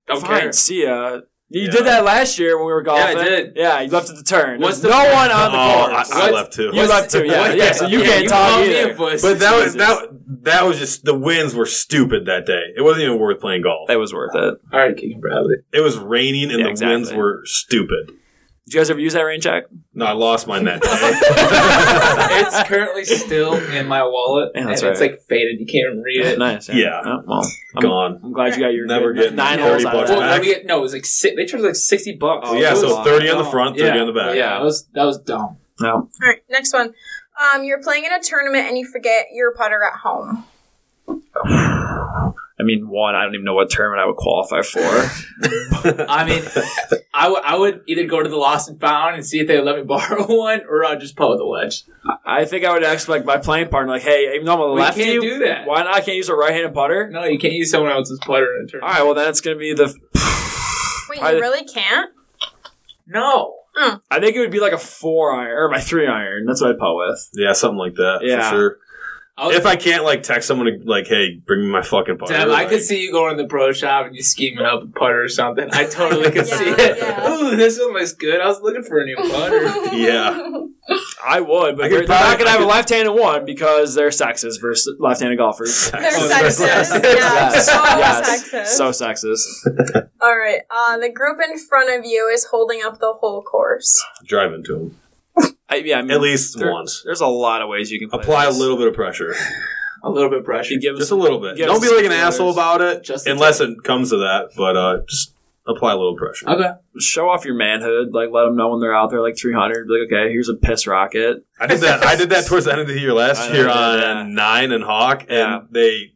Speaker 4: Don't
Speaker 3: Fine,
Speaker 4: care.
Speaker 3: see ya. You
Speaker 1: Yeah.
Speaker 3: did that last year when we were
Speaker 4: I
Speaker 3: golfing.
Speaker 4: did.
Speaker 3: Yeah, you left at the turn.
Speaker 4: What's
Speaker 3: There's
Speaker 4: the
Speaker 3: no
Speaker 4: point?
Speaker 3: one on the
Speaker 1: oh,
Speaker 3: course.
Speaker 1: I, I
Speaker 4: What's-
Speaker 1: left too.
Speaker 3: You left too. Yeah,
Speaker 4: What?
Speaker 3: yeah. So you
Speaker 4: Yeah,
Speaker 3: can't
Speaker 4: you
Speaker 3: talk
Speaker 4: called me
Speaker 3: either.
Speaker 4: a pussy.
Speaker 1: But that was
Speaker 4: Jesus.
Speaker 1: that. That was just the winds were stupid that day. It wasn't even worth playing golf.
Speaker 3: That was worth it.
Speaker 4: All right, Keegan Bradley.
Speaker 1: It was raining and
Speaker 3: Yeah,
Speaker 1: the
Speaker 3: exactly.
Speaker 1: winds were stupid.
Speaker 3: Did you guys ever use that rain check?
Speaker 1: No, I lost mine that day.
Speaker 4: it's currently still in my wallet,
Speaker 3: Yeah,
Speaker 4: and
Speaker 3: that's
Speaker 4: it's
Speaker 3: right.
Speaker 4: like faded. You can't even read it.
Speaker 3: nice.
Speaker 1: Yeah.
Speaker 3: Oh, well, I'm,
Speaker 1: Gone.
Speaker 3: I'm glad you got your
Speaker 1: Never
Speaker 3: good
Speaker 1: getting
Speaker 3: nine
Speaker 1: 30
Speaker 3: holes out of
Speaker 1: bucks
Speaker 4: Well,
Speaker 3: that.
Speaker 1: back.
Speaker 4: when we, no, it was like si- they charged like sixty bucks.
Speaker 3: Oh,
Speaker 1: yeah,
Speaker 3: that
Speaker 1: so
Speaker 3: was
Speaker 1: thirty on the
Speaker 4: dumb.
Speaker 1: front,
Speaker 4: yeah.
Speaker 1: thirty on the back.
Speaker 4: Yeah, that was that was dumb.
Speaker 3: No.
Speaker 5: All right, next one. Um, you're playing in a tournament and you forget your putter at home.
Speaker 3: I mean, one, I don't even know what tournament I would qualify for.
Speaker 4: I mean, I would I would either go to the lost and found and see if they would let me borrow one, or I'd just pull with the wedge.
Speaker 3: I think I would ask like my playing partner, like, hey, even though I'm a
Speaker 4: We
Speaker 3: lefty,
Speaker 4: can't do that.
Speaker 3: why not? I can't use a right-handed putter.
Speaker 4: No, you can't use someone else's putter in a
Speaker 3: All
Speaker 4: tournament.
Speaker 3: right, well then it's gonna be the.
Speaker 5: Wait,
Speaker 3: I-
Speaker 5: you really can't?
Speaker 4: No,
Speaker 3: I think it would be like a four iron or my three iron. That's what I'd putt with.
Speaker 1: Yeah, something like that
Speaker 3: Yeah.
Speaker 1: for sure.
Speaker 4: I was,
Speaker 1: if I can't like text someone to, like, "Hey, bring me my fucking putter,"
Speaker 4: Deb, I
Speaker 1: like,
Speaker 4: could see you going to the pro shop and you scheming up a putter or something. I totally could
Speaker 5: Yeah,
Speaker 4: see it.
Speaker 5: yeah.
Speaker 4: Ooh, this one looks good. I was looking for a new putter.
Speaker 1: Yeah.
Speaker 3: I would, but
Speaker 1: I could
Speaker 3: they're,
Speaker 1: probably-
Speaker 3: they're not gonna
Speaker 1: I
Speaker 3: have a
Speaker 1: could-
Speaker 3: left-handed one because they're sexist versus left-handed golfers.
Speaker 5: They're
Speaker 1: Oh,
Speaker 5: sexist.
Speaker 1: yes.
Speaker 5: Yeah,
Speaker 3: Yes.
Speaker 5: so
Speaker 3: Yes.
Speaker 5: sexist.
Speaker 3: So sexist.
Speaker 5: All right. Uh, the group in front of you is holding up the whole course.
Speaker 1: driving to him
Speaker 3: I, yeah, I mean,
Speaker 1: at least
Speaker 3: there-
Speaker 1: once.
Speaker 3: There's a lot of ways you can play
Speaker 1: Apply a
Speaker 3: this.
Speaker 1: little bit of pressure,
Speaker 4: A little bit pressure.
Speaker 3: You give us
Speaker 1: just a little bit.
Speaker 3: Give
Speaker 1: Don't
Speaker 3: us
Speaker 1: be like an
Speaker 3: some
Speaker 1: asshole
Speaker 3: feelers.
Speaker 1: about it,
Speaker 4: Just a
Speaker 1: unless it comes to that. But uh, just apply a little pressure.
Speaker 4: Okay.
Speaker 3: show off your manhood. Like, let them know when they're out there, like 300. Be like, okay, here's a piss rocket.
Speaker 1: I did that. I did that towards the end of the year
Speaker 3: I
Speaker 1: last
Speaker 3: know
Speaker 1: year
Speaker 3: you did,
Speaker 1: on
Speaker 3: yeah.
Speaker 1: Nine and Hawk, and
Speaker 3: Yeah.
Speaker 1: they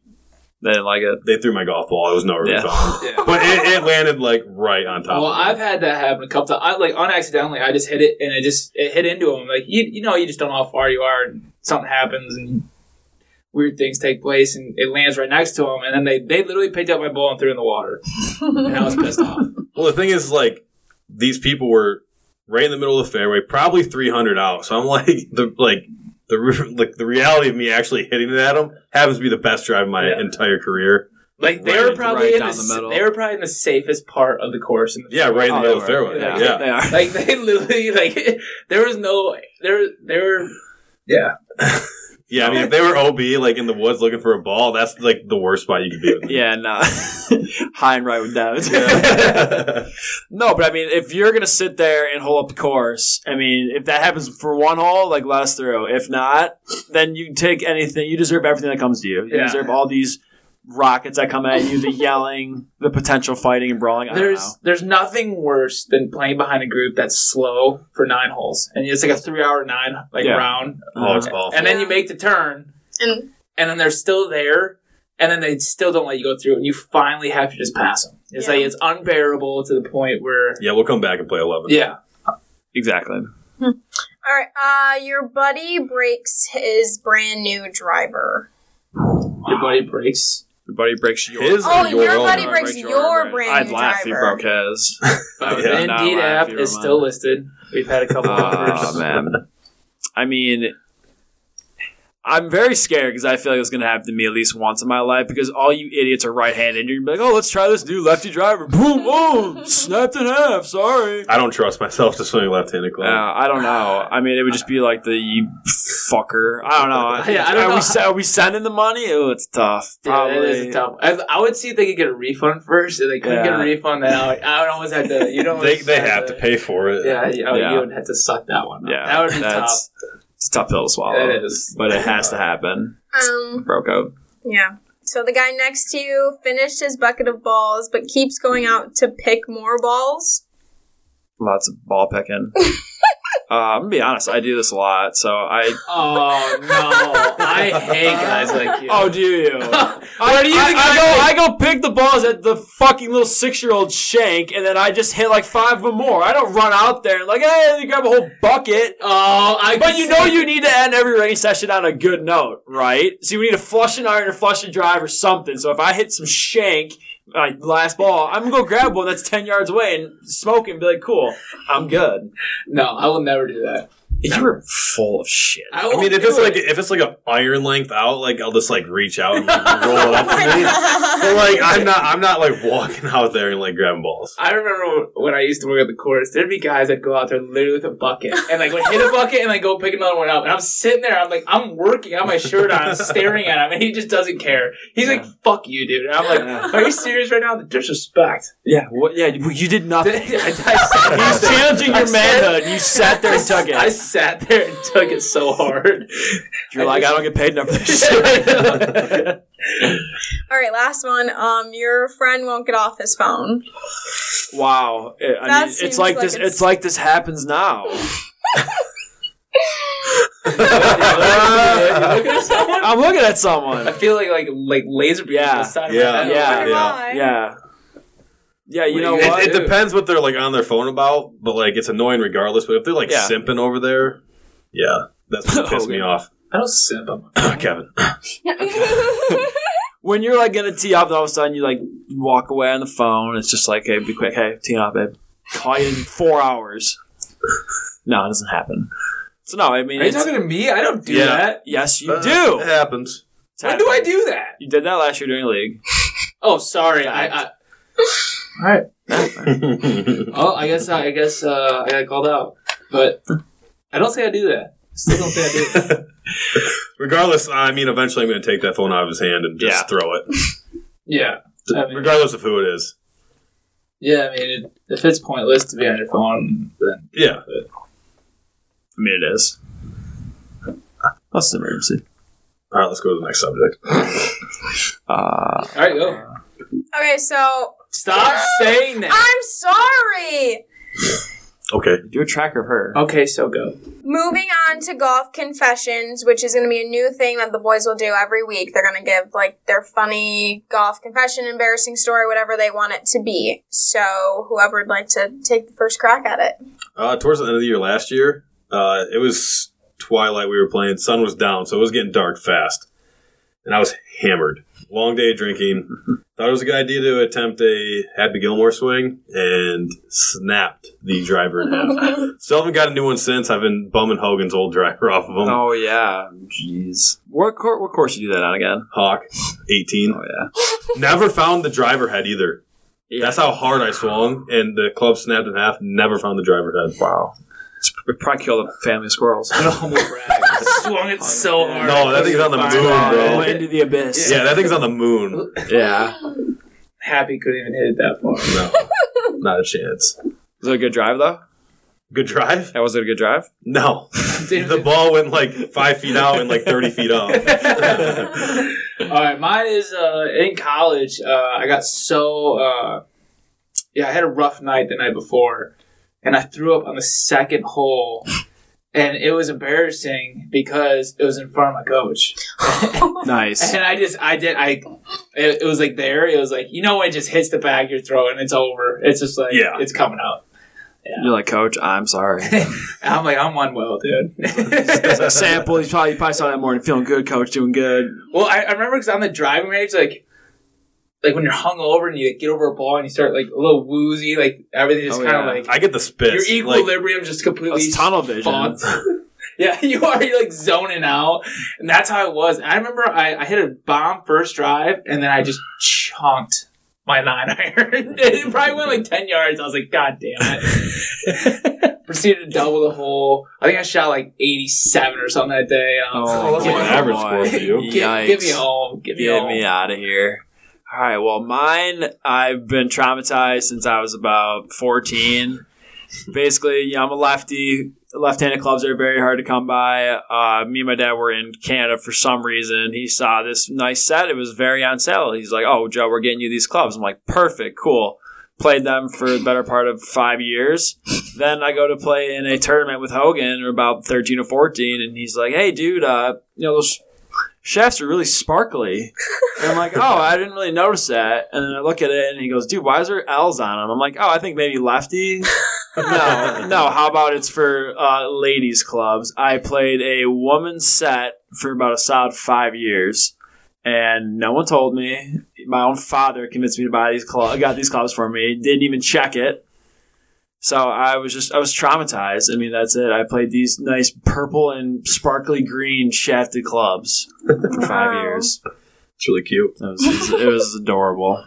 Speaker 3: They didn't like it.
Speaker 1: they threw my golf ball. It was nowhere
Speaker 3: Yeah.
Speaker 1: to be found.
Speaker 4: Yeah.
Speaker 1: But it, it landed like right on top.
Speaker 4: Well,
Speaker 1: of me.
Speaker 4: I've had that happen a couple times. I like unaccidentally, I just hit it and it just it hit into him. Like you, you know, you just don't know how far you are, and something happens, and weird things take place, and it lands right next to him, and then they they literally picked up my ball and threw it in the water, and I was pissed off.
Speaker 1: Well, the thing is, like, these people were right in the middle of the fairway, probably 300 out. So I'm like, the like the re- like the reality of me actually hitting it at them happens to be the best drive of my
Speaker 4: Yeah.
Speaker 1: entire career.
Speaker 4: Like they
Speaker 3: Right-
Speaker 4: were probably
Speaker 3: right
Speaker 4: in
Speaker 3: down
Speaker 4: the,
Speaker 3: the
Speaker 4: s-
Speaker 3: middle.
Speaker 4: they were probably in the safest part of the course. In the
Speaker 1: Yeah, right in the
Speaker 3: Oh,
Speaker 1: middle of
Speaker 3: they
Speaker 1: the
Speaker 3: were.
Speaker 1: fairway. Yeah.
Speaker 3: Yeah, they are.
Speaker 4: like they literally like there was no there there. Yeah,
Speaker 1: Yeah, I mean, if they were OB like in the woods looking for a ball, that's like the worst spot you could be. With
Speaker 3: Yeah, no. High and right with that.
Speaker 1: Yeah.
Speaker 3: no, but I mean, if you're gonna sit there and hold up the course, I mean, if that happens for one hole, like let us through. If not, then you take anything. You deserve everything that comes to you. You
Speaker 4: Yeah.
Speaker 3: deserve all these rockets that come at you, the yelling, the potential fighting and brawling. I
Speaker 4: there's
Speaker 3: don't know.
Speaker 4: there's nothing worse than playing behind a group that's slow for nine holes, and it's like a three hour nine like
Speaker 3: Yeah.
Speaker 4: round,
Speaker 3: Uh-huh.
Speaker 1: oh, it's awful.
Speaker 4: and then you make the turn,
Speaker 5: And-
Speaker 4: and then they're still there, and then they still don't let you go through, and you finally have to just pass them. It's
Speaker 5: Yeah.
Speaker 4: like it's unbearable to the point where
Speaker 1: yeah, we'll come back and play 11.
Speaker 4: yeah,
Speaker 3: exactly.
Speaker 5: All right. Uh, your buddy breaks his brand new driver.
Speaker 4: your body breaks.
Speaker 3: Your buddy breaks your.
Speaker 1: His
Speaker 5: Oh,
Speaker 1: or your,
Speaker 5: your
Speaker 1: own?
Speaker 5: buddy breaks your brand
Speaker 3: I'd
Speaker 5: new
Speaker 3: laugh if
Speaker 5: driver.
Speaker 3: he broke his. I would
Speaker 4: the
Speaker 3: not
Speaker 4: Indeed
Speaker 3: laugh
Speaker 4: app
Speaker 3: if he
Speaker 4: is
Speaker 3: were
Speaker 4: still
Speaker 3: mine.
Speaker 4: listed. We've had a couple
Speaker 3: Oh
Speaker 1: Ah,
Speaker 4: offers.
Speaker 3: man. I mean, I'm very scared because I feel like it's going to happen to me at least once in my life because all you idiots are right-handed. You're gonna be like, oh, let's try this new lefty driver. Boom! Oh, snapped in half. Sorry.
Speaker 1: I don't trust myself to swing left-handed
Speaker 3: Uh,
Speaker 1: club.
Speaker 3: I don't know. I mean, it would just be like the you fucker. I don't know.
Speaker 4: Yeah, I don't
Speaker 3: are,
Speaker 4: know.
Speaker 3: We, se- are we sending the money? Oh, it's tough.
Speaker 4: Yeah,
Speaker 3: Probably.
Speaker 4: that is a tough. I, I would see if they could get a refund first. If they couldn't get a
Speaker 3: Yeah.
Speaker 4: refund, then I would, I would almost have to. You don't.
Speaker 1: they they have to pay for it.
Speaker 4: Yeah, I would,
Speaker 3: Yeah.
Speaker 4: you would have to suck that one. Up.
Speaker 3: Yeah,
Speaker 4: that would be
Speaker 3: that's- It's a tough pill to
Speaker 4: tough.
Speaker 3: swallow.
Speaker 4: It is.
Speaker 3: But it has to happen.
Speaker 5: Um,
Speaker 3: Broke out.
Speaker 5: yeah. So the guy next to you finished his bucket of balls, but keeps going out to pick more balls.
Speaker 3: Lots of ball picking. uh, I'm gonna be honest. I do this a lot, so I
Speaker 4: Oh no! I hate guys like you.
Speaker 3: Oh, do you?
Speaker 4: Where do you
Speaker 3: I,
Speaker 4: think
Speaker 3: I
Speaker 4: I
Speaker 3: go? I go pick the balls at the fucking little six-year-old shank, and then I just hit like five or more. I don't run out there and like, hey, you grab a whole bucket.
Speaker 4: oh, I.
Speaker 3: But you know you need to end every rain session on a good note, right? So you need to flush an iron or flush a drive or something. So if I hit some shank, my last ball, I'm gonna go grab one that's ten yards away and smoke it and be like, cool, I'm good.
Speaker 4: No, I will never do that.
Speaker 3: You were full of shit.
Speaker 4: I,
Speaker 1: I
Speaker 4: won't
Speaker 1: mean, if
Speaker 4: do
Speaker 1: it's
Speaker 4: it.
Speaker 1: like if it's like an iron length out, like I'll just like reach out and like, roll it up. to me. But like I'm not, I'm not like walking out there and like grabbing balls.
Speaker 4: I remember when I used to work at the courts, there'd be guys that go out there literally with a bucket and like would hit a bucket and like go pick another one up. And I'm sitting there, I'm like, I'm working, I have my shirt on, I'm staring at him, and he just doesn't care. He's like, fuck you, dude. And I'm like,
Speaker 3: Yeah.
Speaker 4: are you serious right now? The disrespect.
Speaker 3: Yeah, what? Yeah, you you did
Speaker 4: I,
Speaker 3: nothing.
Speaker 4: I,
Speaker 3: He was
Speaker 4: sat,
Speaker 3: challenging
Speaker 4: I
Speaker 3: your
Speaker 4: said-
Speaker 3: manhood. You sat there and took
Speaker 4: I
Speaker 3: it.
Speaker 4: sat there and took it so hard.
Speaker 3: You're like, I don't get paid enough for this shit.
Speaker 4: I
Speaker 5: All right, last one. Um, your friend won't get off his phone.
Speaker 3: wow, I- I
Speaker 5: That
Speaker 3: mean,
Speaker 5: seems
Speaker 3: it's like,
Speaker 5: like
Speaker 3: this.
Speaker 5: it's-
Speaker 3: It's... like this happens now.
Speaker 4: Look at someone.
Speaker 3: I'm looking at
Speaker 4: I
Speaker 3: someone.
Speaker 4: feel like like like laser beams
Speaker 3: Yeah.
Speaker 4: on the side
Speaker 1: Yeah.
Speaker 4: of my head.
Speaker 3: Yeah.
Speaker 5: Wonder why.
Speaker 3: Yeah, yeah. You
Speaker 4: Wait,
Speaker 3: know
Speaker 4: it-
Speaker 3: what?
Speaker 1: It, it depends what they're like on their phone about, but like it's annoying regardless. But if they're like
Speaker 3: Yeah.
Speaker 1: simping over there, yeah, that's what
Speaker 3: Oh,
Speaker 1: pissed me
Speaker 3: yeah.
Speaker 1: off,
Speaker 4: I don't simp them.
Speaker 1: Kevin.
Speaker 3: when you're like gonna tee up, and all of a sudden you like walk away on the phone. It's just like, hey, be quick, hey, tee up, babe. Call you in four hours. No, it doesn't happen. So no, I mean,
Speaker 4: Are you
Speaker 3: it's-
Speaker 4: talking to me? I don't do
Speaker 1: Yeah.
Speaker 4: that.
Speaker 3: yes, you
Speaker 1: Uh,
Speaker 3: do.
Speaker 1: It happens.
Speaker 3: It's
Speaker 4: When do I
Speaker 3: happened.
Speaker 4: do that?
Speaker 3: You did that last year during league.
Speaker 4: Oh, sorry. I. I all right. Oh, I guess I, I guess uh, I got called out, but I don't think I do that. Still don't think I do. That.
Speaker 1: regardless, I mean, eventually I'm going to take that phone out of his hand and just
Speaker 3: Yeah.
Speaker 1: throw it,
Speaker 4: Yeah, I mean-
Speaker 1: regardless of who it is.
Speaker 4: yeah. I mean, it, if it's pointless to be on your phone, then
Speaker 1: Yeah,
Speaker 3: I mean, it is. That's an emergency.
Speaker 1: All right, let's go to the next subject.
Speaker 3: Uh,
Speaker 4: all right, go. Ah!
Speaker 5: okay, so
Speaker 4: Stop saying that.
Speaker 5: I'm sorry.
Speaker 1: Okay.
Speaker 3: do a tracker of her.
Speaker 4: Okay, so go.
Speaker 5: Moving on to golf confessions, which is going to be a new thing that the boys will do every week. They're going to give like their funny golf confession, embarrassing story, whatever they want it to be. So whoever would like to take the first crack at it.
Speaker 1: Uh, towards the end of the year last year, uh, it was twilight we were playing. Sun was down, so it was getting dark fast. And I was hammered. Long day of drinking. Thought it was a good idea to attempt a Happy Gilmore swing and snapped the driver in half. Still haven't got a new one since. I've been bumming Hogan's old driver off of him.
Speaker 3: Oh yeah, jeez. What cour what course you do that on again?
Speaker 1: Hawk, 18.
Speaker 3: Oh yeah.
Speaker 1: Never found the driver head either.
Speaker 3: yeah.
Speaker 1: That's how hard I swung, and the club snapped in half. Never found the driver head.
Speaker 3: Wow. Oh, It's it probably killed the family of squirrels.
Speaker 4: What a humble brag. Swung it so hard.
Speaker 1: No, that thing's on the moon, bro.
Speaker 3: Into the abyss.
Speaker 1: Yeah, that thing's on the moon.
Speaker 3: Yeah.
Speaker 4: Happy couldn't even hit it that far.
Speaker 1: No, not a chance.
Speaker 3: Was it a good drive though?
Speaker 1: Good drive?
Speaker 3: That was it a good drive.
Speaker 1: No. the ball went like five feet out and like 30 feet up.
Speaker 4: All right, mine is uh, in college. Uh, I got so uh, yeah, I had a rough night the night before, and I threw up on the second hole, and it was embarrassing because it was in front of my coach,
Speaker 3: Nice.
Speaker 4: and I just I did I it, it was like there it was like you know when it just hits the back of your throat and it's over. It's just like
Speaker 1: Yeah.
Speaker 4: it's coming out.
Speaker 3: You're like, Coach, I'm sorry.
Speaker 4: And I'm like I'm unwell, dude.
Speaker 3: It's a sample. He's probably, you probably saw that morning. Feeling good, Coach. Doing good.
Speaker 4: Well, I, I remember because on the driving range, like, like when you're hungover and you like, get over a ball and you start like a little woozy, like everything just
Speaker 3: Oh,
Speaker 4: kind of
Speaker 3: yeah.
Speaker 4: like
Speaker 1: I get the
Speaker 4: your
Speaker 1: spits. Like,
Speaker 4: equilibrium just completely
Speaker 3: That's tunnel vision.
Speaker 4: fucked. yeah, you are you're like zoning out, and that's how it was. And I remember I, I hit a bomb first drive, and then I just chunked my nine iron. it probably went like ten yards. I was like, God damn it! Proceeded to double the hole. I think I shot like eighty seven or something that day. and I was
Speaker 3: Oh,
Speaker 1: that's like an
Speaker 4: "Get-
Speaker 1: average score for you.
Speaker 4: Get, get me
Speaker 3: Yikes.
Speaker 4: home. Get me
Speaker 3: Get
Speaker 4: home.
Speaker 3: me out of here. All right. Well, mine, I've been traumatized since I was about 14. Basically, you know, I'm a lefty. Left-handed clubs are very hard to come by. Uh, me and my dad were in Canada for some reason. He saw this nice set. It was very on sale. He's like, "Oh, Joe, we're getting you these clubs." I'm like, "Perfect, cool." Played them for the better part of five years. Then I go to play in a tournament with Hogan, or about 13 or 14, and he's like, "Hey, dude, uh, you know those shafts are really sparkly. And I'm like, oh, I didn't really notice that. And then I look at it and he goes, dude, why is there L's on them? I'm like, oh, I think maybe lefty. no, no, how about it's for uh, ladies' clubs? I played a woman's set for about a solid five years. And no one told me. My own father convinced me to buy these clubs, got these clubs for me. Didn't even check it. So I was just I was traumatized. I mean, that's it. I played these nice purple and sparkly green shafted clubs for five
Speaker 5: Wow.
Speaker 3: years.
Speaker 1: It's really cute.
Speaker 3: It was, it was adorable.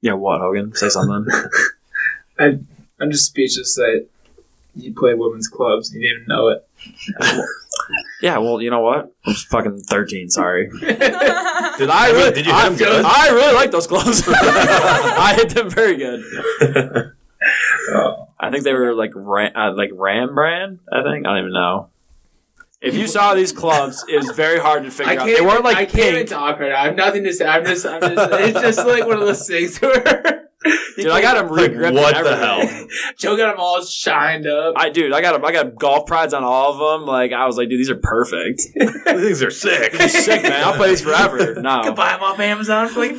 Speaker 3: Yeah, what Hogan? Say something.
Speaker 4: I'm just speechless that you play women's clubs and you didn't even know it.
Speaker 3: yeah, well, you know what? I'm just fucking thirteen. Sorry.
Speaker 1: Did
Speaker 3: I
Speaker 1: mean,
Speaker 3: really,
Speaker 1: Did you
Speaker 3: I,
Speaker 1: hit him good?
Speaker 3: I really like those gloves. I hit them very good. I think they were like Ram, uh, like Ram brand. I think I don't even know. If you saw these clubs, it was very hard to figure
Speaker 4: I
Speaker 3: out.
Speaker 4: can't.
Speaker 3: They weren't like
Speaker 4: I can't even
Speaker 3: pink.
Speaker 4: talk right now. I have nothing to say. I'm just. I'm just. it's just like one of those things where.
Speaker 3: Dude, I got them
Speaker 1: Like,
Speaker 3: re-gripped.
Speaker 1: what
Speaker 3: and
Speaker 1: the
Speaker 3: everything.
Speaker 1: hell?
Speaker 4: Joe got them all shined up.
Speaker 3: I dude, I got 'em- I got golf prides on all of them. Like I was like, dude, these are perfect.
Speaker 1: These are sick.
Speaker 3: These are sick man. I'll play these forever.
Speaker 4: I could
Speaker 3: No,
Speaker 4: buy them off Amazon for like a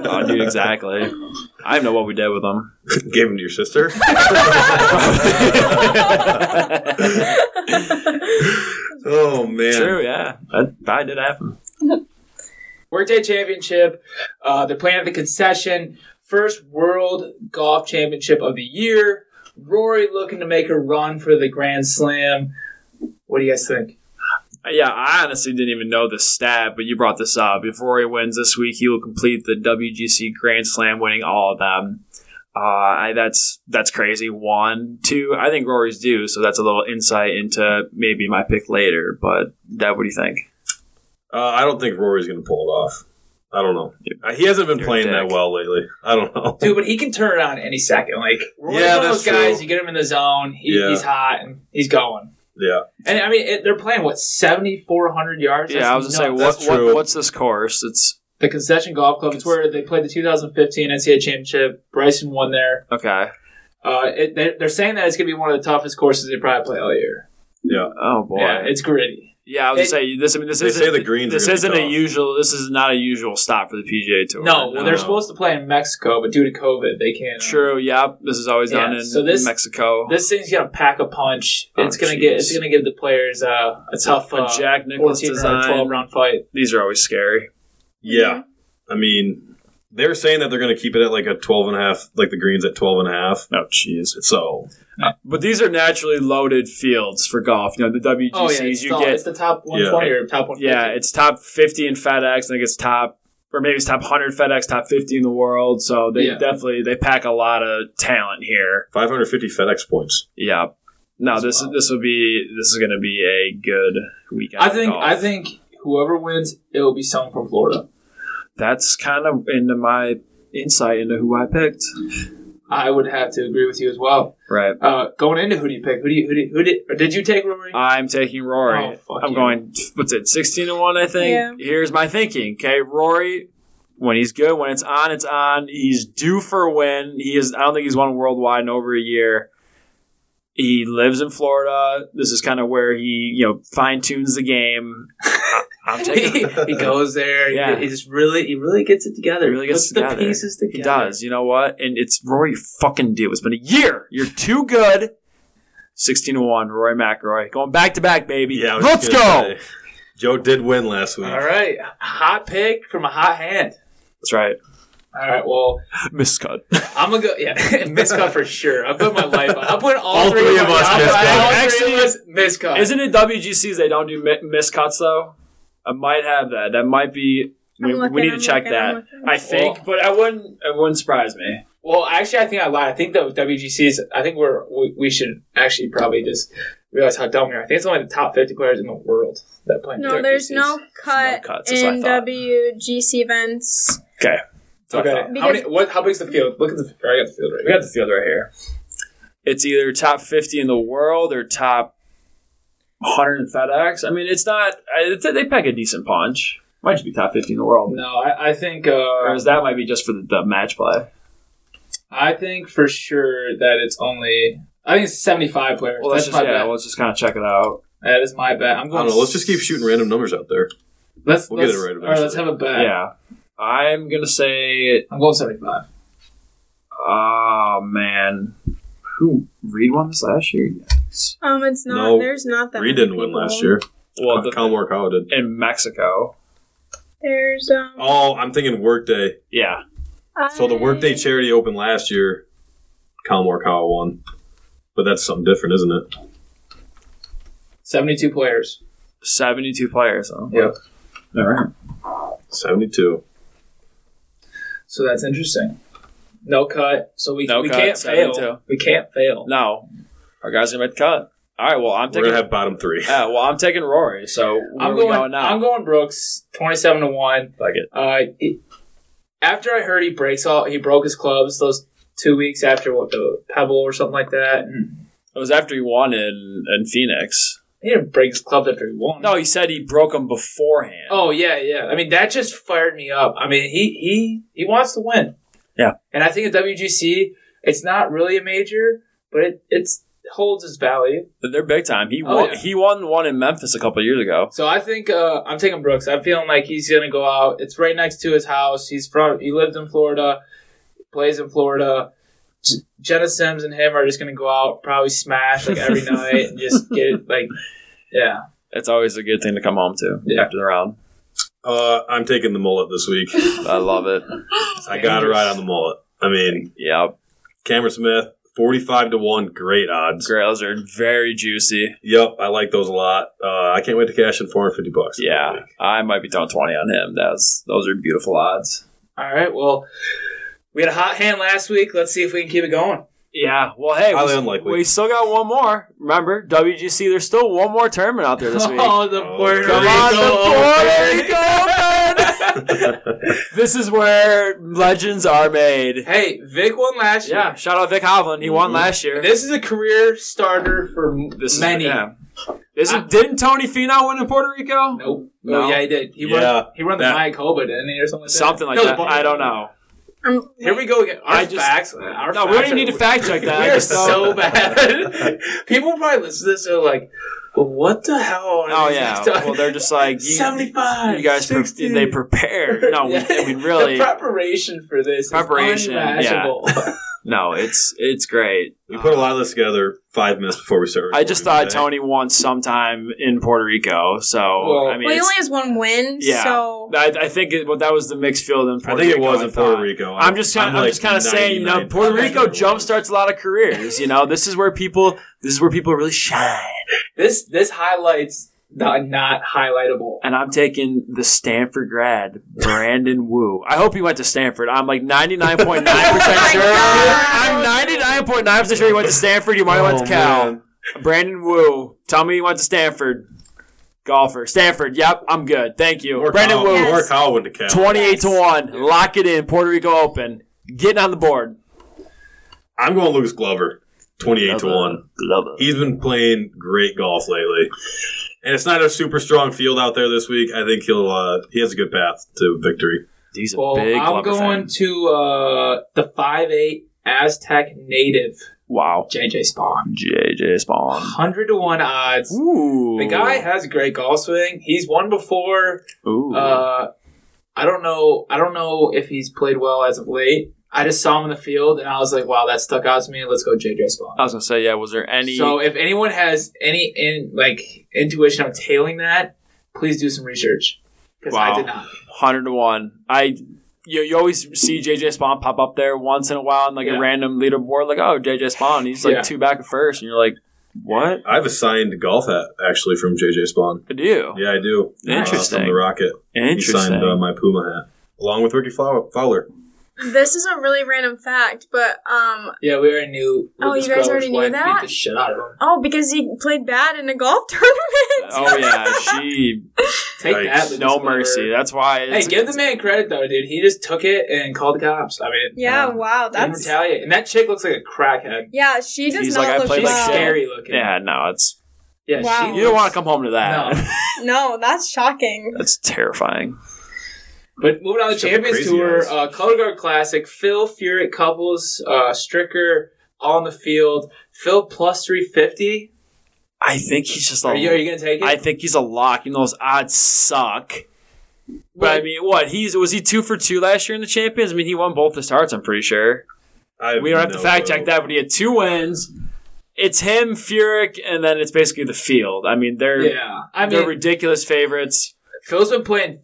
Speaker 3: oh, dude, exactly. I don't know what we did with them.
Speaker 1: Gave them to your sister. Oh man.
Speaker 3: True, yeah, that probably did happen.
Speaker 4: Workday Championship. Uh, they're playing at the concession. First World Golf Championship of the year. Rory looking to make a run for the Grand Slam. What do you guys think?
Speaker 3: Uh, Yeah, I honestly didn't even know the stat, but you brought this up. If Rory wins this week, he will complete the WGC Grand Slam, winning all of them. Uh, I, that's that's crazy. One, two. I think Rory's due, so that's a little insight into maybe my pick later. But Deb, what do you think?
Speaker 1: Uh, I don't think Rory's going to pull it off. I don't know. Uh, He hasn't been
Speaker 3: You're a
Speaker 1: playing that
Speaker 3: dick.
Speaker 1: well lately. I don't know.
Speaker 4: Dude, but he can turn it on any second. Like Rory's
Speaker 1: Yeah,
Speaker 4: one of those
Speaker 1: that's
Speaker 4: guys.
Speaker 1: true.
Speaker 4: You get him in the zone. He,
Speaker 1: Yeah.
Speaker 4: He's hot and he's going.
Speaker 1: Yeah.
Speaker 4: And I mean, it, they're playing what seventy four hundred yards.
Speaker 3: Yeah,
Speaker 4: That's
Speaker 3: I was gonna say
Speaker 4: nuts.
Speaker 3: what,
Speaker 1: That's
Speaker 3: what
Speaker 1: true.
Speaker 3: what's this course? It's
Speaker 4: the concession golf club. It's where they played the 2015 NCAA championship. Bryson won there.
Speaker 3: okay.
Speaker 4: Uh, it, they, they're saying that it's going to be one of the toughest courses they probably play all year.
Speaker 3: Oh boy.
Speaker 4: Yeah,
Speaker 3: Yeah,
Speaker 4: it's gritty.
Speaker 3: I was
Speaker 4: it-
Speaker 3: gonna say this. I mean, this
Speaker 1: They
Speaker 3: isn't
Speaker 1: say the greens are
Speaker 3: This
Speaker 1: gonna be
Speaker 3: isn't a
Speaker 1: tough.
Speaker 3: usual. This is not a usual stop for the PGA Tour.
Speaker 4: No, well, they're
Speaker 1: no.
Speaker 4: supposed to play in Mexico, but due to COVID, they can't.
Speaker 3: true. Yep, this is always done
Speaker 4: Yeah,
Speaker 3: in
Speaker 4: so this-
Speaker 3: Mexico.
Speaker 4: This thing's gonna pack a punch.
Speaker 3: Oh,
Speaker 4: it's gonna get.
Speaker 3: jeez.
Speaker 4: It's gonna give the players uh, a tough
Speaker 3: a
Speaker 4: uh,
Speaker 3: Jack Nicklaus
Speaker 4: 14 or
Speaker 3: design.
Speaker 4: 12 round fight.
Speaker 3: These are always scary.
Speaker 1: Yeah. I mean, they're saying that they're going to keep it at like a 12 and a half, like the greens at 12 and a half.
Speaker 3: Oh, jeez.
Speaker 1: So,
Speaker 3: But these are naturally loaded fields for golf. You know, the WGCs,
Speaker 4: Oh yeah, it's,
Speaker 3: you
Speaker 4: the,
Speaker 3: get.
Speaker 4: it's the top 120 or top 150.
Speaker 3: yeah, it's top 50 in FedEx. I think it's top, or maybe it's top 100 FedEx, top 50 in the world. So they
Speaker 4: Yeah.
Speaker 3: definitely, they pack a lot of talent here.
Speaker 1: 550 FedEx points.
Speaker 3: Yeah. No,
Speaker 4: That's
Speaker 3: this
Speaker 4: wild.
Speaker 3: this will be this is going to be a good weekend.
Speaker 4: I
Speaker 3: of
Speaker 4: think.
Speaker 3: golf.
Speaker 4: I think whoever wins, it will be someone from Florida.
Speaker 3: that's kind of into my insight into who I picked.
Speaker 4: I would have to agree with you as well.
Speaker 3: Right,
Speaker 4: Uh, going into who do you pick? Who do you who do you, who did or did you take Rory?
Speaker 3: I'm taking Rory.
Speaker 4: Oh, fuck
Speaker 3: I'm
Speaker 4: you.
Speaker 3: going, what's it, 16 to 1, I think?
Speaker 5: Yeah.
Speaker 3: Here's my thinking. Okay, Rory, when he's good, when it's on, it's on. He's due for a win. He is, I don't think he's won worldwide in over a year. He lives in Florida. This is kind of where he, you know, fine tunes the game. I- I'm taking
Speaker 4: he, he goes there. he-
Speaker 3: Yeah.
Speaker 4: He, just really he really gets it together.
Speaker 3: He really gets
Speaker 4: Puts
Speaker 3: it
Speaker 4: the
Speaker 3: together.
Speaker 4: pieces together.
Speaker 3: He does. You know what? And it's Rory fucking due. It's been a year. You're too good. 16 to 1, Rory McIlroy. Going back to back, baby.
Speaker 1: Yeah. I was
Speaker 3: Let's
Speaker 1: just gonna
Speaker 3: go.
Speaker 1: say, Joe did win last week.
Speaker 4: All right, hot pick from a hot hand.
Speaker 3: That's right.
Speaker 4: All right, well
Speaker 3: Miscut.
Speaker 4: I'm gonna go. Yeah, miscut for sure. I'm putting my life on. I'm putting all,
Speaker 1: All three of
Speaker 4: my-
Speaker 1: us
Speaker 4: I'm putting
Speaker 1: miscut.
Speaker 4: All
Speaker 3: Actually,
Speaker 4: three of us miscut.
Speaker 3: Isn't it WGCs they don't do mi- miscuts though? I might have that. That might be.
Speaker 5: I'm
Speaker 3: We, we
Speaker 5: looking,
Speaker 3: need to
Speaker 5: I'm
Speaker 3: check
Speaker 5: looking,
Speaker 3: that.
Speaker 5: I'm looking.
Speaker 3: I think,
Speaker 4: Well-
Speaker 3: but I wouldn't. It wouldn't surprise me.
Speaker 4: Well, actually, I think I lied. I think the WGCs. I think we're we, we should actually probably just realize how dumb we are. I think it's only the top 50 players in the world that play. in
Speaker 5: No, there's
Speaker 4: WGCs.
Speaker 5: no cut
Speaker 3: cuts, that's what I
Speaker 5: in
Speaker 3: thought.
Speaker 5: WGC events.
Speaker 3: So I
Speaker 4: okay.
Speaker 3: thought-
Speaker 4: How,
Speaker 5: Because-
Speaker 4: many, what, how big's the field? Look at the. I got the field right.
Speaker 3: We got the field right here. It's either top fifty in the world or top hundred in FedEx. I mean, it's not. I- It's, they pack a decent punch. Might just be top fifty in the world.
Speaker 4: No, I, I think. Uh,
Speaker 3: Whereas that might be just for the, the match play.
Speaker 4: I think for sure that it's only. I think it's seventy-five players.
Speaker 3: Well, let's
Speaker 4: that's
Speaker 3: just
Speaker 4: my
Speaker 3: yeah.
Speaker 4: bet.
Speaker 3: Let's just kind of check it out.
Speaker 4: that is my bet. I'm
Speaker 1: I
Speaker 4: going.
Speaker 1: don't know. Let's just keep shooting random numbers out there.
Speaker 4: Let's
Speaker 1: We'll get it
Speaker 4: let's-
Speaker 1: right
Speaker 4: All right, let's
Speaker 1: eventually.
Speaker 4: have a bet.
Speaker 3: Yeah, I'm gonna say
Speaker 4: I'm going seventy-five.
Speaker 3: Oh man, who Reed won this last year? Yes.
Speaker 5: Um, it's not.
Speaker 1: No,
Speaker 5: there's not that.
Speaker 1: Reed
Speaker 5: many
Speaker 1: didn't win
Speaker 5: people.
Speaker 1: last year.
Speaker 3: Well, the,
Speaker 1: Kyle Morikawa did.
Speaker 3: in Mexico.
Speaker 5: There's um.
Speaker 1: Oh, I'm thinking Workday.
Speaker 3: Yeah,
Speaker 1: So the Workday
Speaker 5: I-
Speaker 1: Charity Open last year, Cal Morikawa won. But that's something different, isn't it?
Speaker 4: 72 players.
Speaker 3: 72 players. Huh?
Speaker 4: Yep.
Speaker 3: All right.
Speaker 1: 72.
Speaker 4: So that's interesting. No cut. So we,
Speaker 3: No
Speaker 4: we
Speaker 3: cut,
Speaker 4: can't fail.
Speaker 3: 72.
Speaker 4: We can't fail.
Speaker 3: No, our guys are gonna make the cut. All right. Well, I'm
Speaker 1: We're
Speaker 3: taking.
Speaker 1: going to have bottom three.
Speaker 3: yeah. Well, I'm taking Rory. So where
Speaker 4: I'm
Speaker 3: are we
Speaker 4: going,
Speaker 3: going now?
Speaker 4: I'm going Brooks, 27 to 1.
Speaker 3: Fuck it.
Speaker 4: Uh, it- after I heard he breaks all, he broke his clubs those two weeks after what the pebble or something like that. And
Speaker 3: It was after he won in, in Phoenix.
Speaker 4: he didn't break his clubs after he won.
Speaker 3: No, he said he broke them beforehand.
Speaker 4: Oh yeah, yeah. I mean that just fired me up. I mean he he he wants to win.
Speaker 3: Yeah.
Speaker 4: And I think at WGC it's not really a major, but it it's holds its value.
Speaker 3: But they're big time. He
Speaker 4: Oh,
Speaker 3: won.
Speaker 4: yeah.
Speaker 3: He won one in Memphis a couple years ago.
Speaker 4: So I think uh, I'm taking Brooks. I'm feeling like he's gonna go out. It's right next to his house. He's from. He lived in Florida. Plays in Florida. J- Jenna Sims and him are just gonna go out, probably smash like every night and just get it, like, yeah.
Speaker 3: It's always a good thing to come home to
Speaker 4: Yeah.
Speaker 3: after the round.
Speaker 1: Uh, I'm taking the mullet this week.
Speaker 3: I love it.
Speaker 1: I got to ride on the mullet. I mean,
Speaker 3: Yeah,
Speaker 1: Cameron Smith, 45 to 1, great odds.
Speaker 3: grails are very juicy.
Speaker 1: Yep, I like those a lot. Uh, I can't wait to cash in 450 bucks.
Speaker 3: Yeah, I might be throwing twenty on him. That's those are beautiful odds.
Speaker 4: All right. Well, we had a hot hand last week. Let's see if we can keep it going.
Speaker 3: Yeah. Well, hey,
Speaker 1: Highly
Speaker 3: we,
Speaker 1: unlikely.
Speaker 3: we still got one more. Remember WGC? There's still one more tournament out there this week.
Speaker 4: Oh, the
Speaker 1: Oh,
Speaker 4: Puerto
Speaker 1: come
Speaker 3: Come on, the Puerto Rico man. This is where legends are made.
Speaker 4: Hey, Vic won last year.
Speaker 3: Yeah, shout out Vic Hovland. He won
Speaker 1: Mhm.
Speaker 3: last year.
Speaker 4: This is a career starter for m-
Speaker 3: This is-
Speaker 4: many.
Speaker 3: yeah. This is,
Speaker 4: I-
Speaker 3: didn't Tony Finau win in Puerto Rico?
Speaker 4: Nope.
Speaker 3: No.
Speaker 4: Oh yeah, he did. He
Speaker 1: Yeah.
Speaker 4: won. He won the
Speaker 1: That-
Speaker 4: Mayakoba, didn't he, or something like that?
Speaker 3: Something like
Speaker 4: No,
Speaker 3: that.
Speaker 4: the-
Speaker 3: I don't know.
Speaker 5: I'm-
Speaker 4: Here we go again. Our
Speaker 3: I just-
Speaker 4: facts. Our
Speaker 3: No, we don't
Speaker 4: facts
Speaker 3: even
Speaker 4: are-
Speaker 3: need to fact check that.
Speaker 4: We
Speaker 3: I
Speaker 4: are
Speaker 3: just know-
Speaker 4: so bad. People probably listen to this and are like, well, "What the hell?" Are
Speaker 3: Oh
Speaker 4: these
Speaker 3: yeah.
Speaker 4: guys talking-
Speaker 3: Well, they're just like you,
Speaker 4: seventy-five.
Speaker 3: you guys. Pre-
Speaker 4: 60.
Speaker 3: they prepare. No, we,
Speaker 4: Yeah.
Speaker 3: we really.
Speaker 4: The preparation for this.
Speaker 3: Preparation,
Speaker 4: Is unmatchable.
Speaker 3: No, it's it's great.
Speaker 1: We put a lot of this together five minutes before we started.
Speaker 3: I just
Speaker 1: recording
Speaker 3: thought
Speaker 1: today.
Speaker 3: Tony won sometime in Puerto Rico. So
Speaker 4: Well-
Speaker 3: I mean,
Speaker 5: well, he
Speaker 3: it's-
Speaker 5: only has one win,
Speaker 3: Yeah.
Speaker 5: so
Speaker 3: I, I think it, well, that was the mixed field in
Speaker 1: I
Speaker 3: Puerto
Speaker 1: think it
Speaker 3: Rico,
Speaker 1: was in
Speaker 3: thought.
Speaker 1: Puerto Rico.
Speaker 3: I'm just kind of, I'm,
Speaker 1: like
Speaker 3: just kind of saying, you know,
Speaker 1: 99.
Speaker 3: Puerto Rico
Speaker 1: Sure.
Speaker 3: jumpstarts a lot of careers. You know, this is where people, this is where people really shine.
Speaker 4: this this highlights not not highlightable.
Speaker 3: And I'm taking the Stanford grad, Brandon Wu. I hope he went to Stanford. I'm like 99.9 percent sure.
Speaker 4: Oh
Speaker 3: I'm 99.9 percent sure he went to Stanford. You might have went to
Speaker 1: Oh,
Speaker 3: Cal.
Speaker 1: man.
Speaker 3: Brandon Wu, tell me he went to Stanford. Golfer, Stanford. Yep, I'm good. Thank you,
Speaker 1: Or
Speaker 3: Brandon
Speaker 1: Cal,
Speaker 3: Wu.
Speaker 5: Yes.
Speaker 1: Or Oh, Cal went to Cal.
Speaker 3: 28 to
Speaker 5: Yes.
Speaker 3: 1. Lock it in. Puerto Rico Open. Getting on the board.
Speaker 1: I'm going Lucas Glover, 28 to 1.
Speaker 3: Love it.
Speaker 1: He's been playing great golf lately. And it's not a super strong field out there this week. I think he'll uh, he has a good path to victory.
Speaker 3: He's a
Speaker 4: Well,
Speaker 3: big
Speaker 4: I'm
Speaker 3: Glover
Speaker 4: going
Speaker 3: fan.
Speaker 4: to uh, the five eight Aztec native
Speaker 3: Wow.
Speaker 4: JJ Spawn.
Speaker 3: JJ Spawn.
Speaker 4: Hundred to one odds.
Speaker 3: Ooh.
Speaker 4: The guy has a great golf swing. He's won before.
Speaker 3: Ooh.
Speaker 4: Uh, I don't know. I don't know if he's played well as of late. I just saw him in the field, and I was like, "Wow, that stuck out to me." Let's go, JJ Spawn.
Speaker 3: I was gonna say, yeah. Was there Uh, any?
Speaker 4: So, if anyone has any in like intuition on tailing that, please do some research because I
Speaker 3: Wow.
Speaker 4: did not.
Speaker 3: hundred to one. I you, you always see JJ Spawn pop up there once in a while in like
Speaker 4: Yeah.
Speaker 3: a random leaderboard, like oh JJ Spawn, he's like
Speaker 4: Yeah.
Speaker 3: two back at first, and you're like, what
Speaker 1: I have a signed golf hat actually from JJ Spawn.
Speaker 3: to do?
Speaker 1: Yeah, I do. Uh,
Speaker 3: Interesting.
Speaker 1: from the Rocket. He
Speaker 3: Interesting.
Speaker 1: signed uh, my Puma hat along with Ricky Fow- Fowler.
Speaker 5: this is a really random fact. But um,
Speaker 4: Yeah, we already knew.
Speaker 5: Oh,
Speaker 4: Lucas
Speaker 5: you guys
Speaker 4: Glover's
Speaker 5: already knew
Speaker 4: wife
Speaker 5: that?
Speaker 4: Beat the shit out of him.
Speaker 5: oh, because he played bad in a golf tournament.
Speaker 3: oh yeah, she
Speaker 4: Take
Speaker 1: Yikes.
Speaker 4: that, Lucas
Speaker 3: no
Speaker 4: Glover.
Speaker 3: mercy. That's why.
Speaker 4: Hey,
Speaker 3: it's-
Speaker 4: give the man credit though, dude. He just took it and called the cops. I mean,
Speaker 5: yeah,
Speaker 3: Wow.
Speaker 5: wow,
Speaker 4: didn't
Speaker 5: that's
Speaker 4: retaliate. And that chick looks like a crackhead.
Speaker 5: yeah. She does
Speaker 3: He's
Speaker 5: not
Speaker 3: like, I
Speaker 5: look
Speaker 3: played
Speaker 4: She's
Speaker 3: like
Speaker 5: well.
Speaker 4: scary looking.
Speaker 3: Yeah, no, it's
Speaker 4: yeah.
Speaker 5: Wow.
Speaker 4: She
Speaker 3: you don't want to come home to that.
Speaker 4: No.
Speaker 5: No, that's shocking.
Speaker 3: That's terrifying.
Speaker 4: But moving on to the
Speaker 1: She's got
Speaker 4: Champions
Speaker 1: crazy
Speaker 4: Tour,
Speaker 1: eyes.
Speaker 4: uh, Color Guard Classic, Phil Furyk couples, uh, Stricker all on the field. Phil plus three fifty.
Speaker 3: I think he's just a.
Speaker 4: Are you are you gonna take it?
Speaker 3: Oh. I think he's a lock. You know those odds suck. But I mean, what he's was he two for two last year in the champions? I mean, he won both the starts. I'm pretty sure.
Speaker 1: I
Speaker 3: We don't have to
Speaker 1: no uh,
Speaker 3: fact
Speaker 1: clue.
Speaker 3: check that, but he had two wins. It's him, Furyk, and then it's basically the field. I mean, they're
Speaker 4: yeah. I
Speaker 3: they're
Speaker 4: mean,
Speaker 3: ridiculous favorites.
Speaker 4: Phil's been playing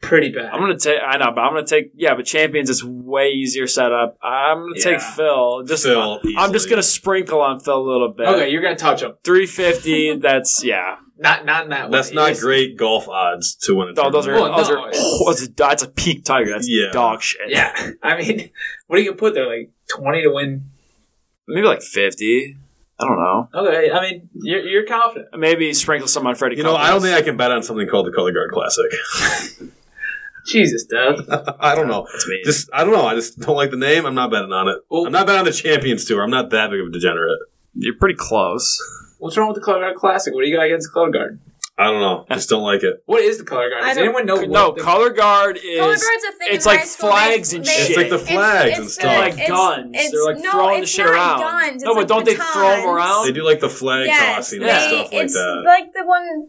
Speaker 4: pretty bad.
Speaker 3: I'm gonna take. I know, but I'm gonna take. Yeah, but champions is way easier setup. I'm gonna take
Speaker 4: Yeah.
Speaker 3: Phil. Just
Speaker 1: Phil,
Speaker 3: I'm just
Speaker 1: easily.
Speaker 3: gonna sprinkle on Phil a little bit.
Speaker 4: okay, you're gonna touch him.
Speaker 3: 350. that's yeah.
Speaker 4: Not not in that.
Speaker 1: That's
Speaker 4: way.
Speaker 1: not
Speaker 4: Yes.
Speaker 1: great golf odds to win a
Speaker 3: No, those are
Speaker 1: tournament.
Speaker 4: Well,
Speaker 3: those
Speaker 4: no,
Speaker 3: are.
Speaker 4: it's-
Speaker 3: Oh, that's, a, that's a peak tiger. That's
Speaker 1: Yeah.
Speaker 3: dog shit.
Speaker 4: Yeah, I mean, what do you put there? Like twenty to win.
Speaker 3: maybe like 50. I don't know.
Speaker 4: Okay, I mean, you're, you're confident.
Speaker 3: Maybe sprinkle some on Freddie.
Speaker 1: You know, I don't
Speaker 3: Couples.
Speaker 1: think I can bet on something called the Color Guard Classic.
Speaker 4: Jesus, Dev.
Speaker 1: I don't know.
Speaker 3: That's me.
Speaker 1: Just I don't know. I just don't like the name. I'm not betting on it.
Speaker 4: Well-
Speaker 1: I'm not betting on the Champions Tour. I'm not that big of a degenerate.
Speaker 3: You're pretty close.
Speaker 4: What's wrong with the color guard classic? What do you got against the color guard?
Speaker 1: I don't know. Just don't like it.
Speaker 4: What is the color guard?
Speaker 5: I
Speaker 4: Does
Speaker 5: don't-
Speaker 4: anyone know?
Speaker 3: no,
Speaker 4: what the-
Speaker 3: color guard is.
Speaker 5: Color guard's a thing
Speaker 3: it's
Speaker 5: in
Speaker 3: like
Speaker 5: high school.
Speaker 3: flags and shit.
Speaker 1: It's like the flags and
Speaker 5: the-
Speaker 1: stuff.
Speaker 3: Like guns. They're like
Speaker 5: no,
Speaker 3: throwing the
Speaker 5: it's
Speaker 3: shit
Speaker 5: not
Speaker 3: around.
Speaker 5: Guns.
Speaker 3: No, but
Speaker 5: It's like
Speaker 3: don't they throw 'em
Speaker 5: batons.
Speaker 3: around?
Speaker 1: They do like the flag
Speaker 5: Yes,
Speaker 1: tossing
Speaker 5: they-
Speaker 1: and stuff like
Speaker 5: it's
Speaker 1: that.
Speaker 5: like the one.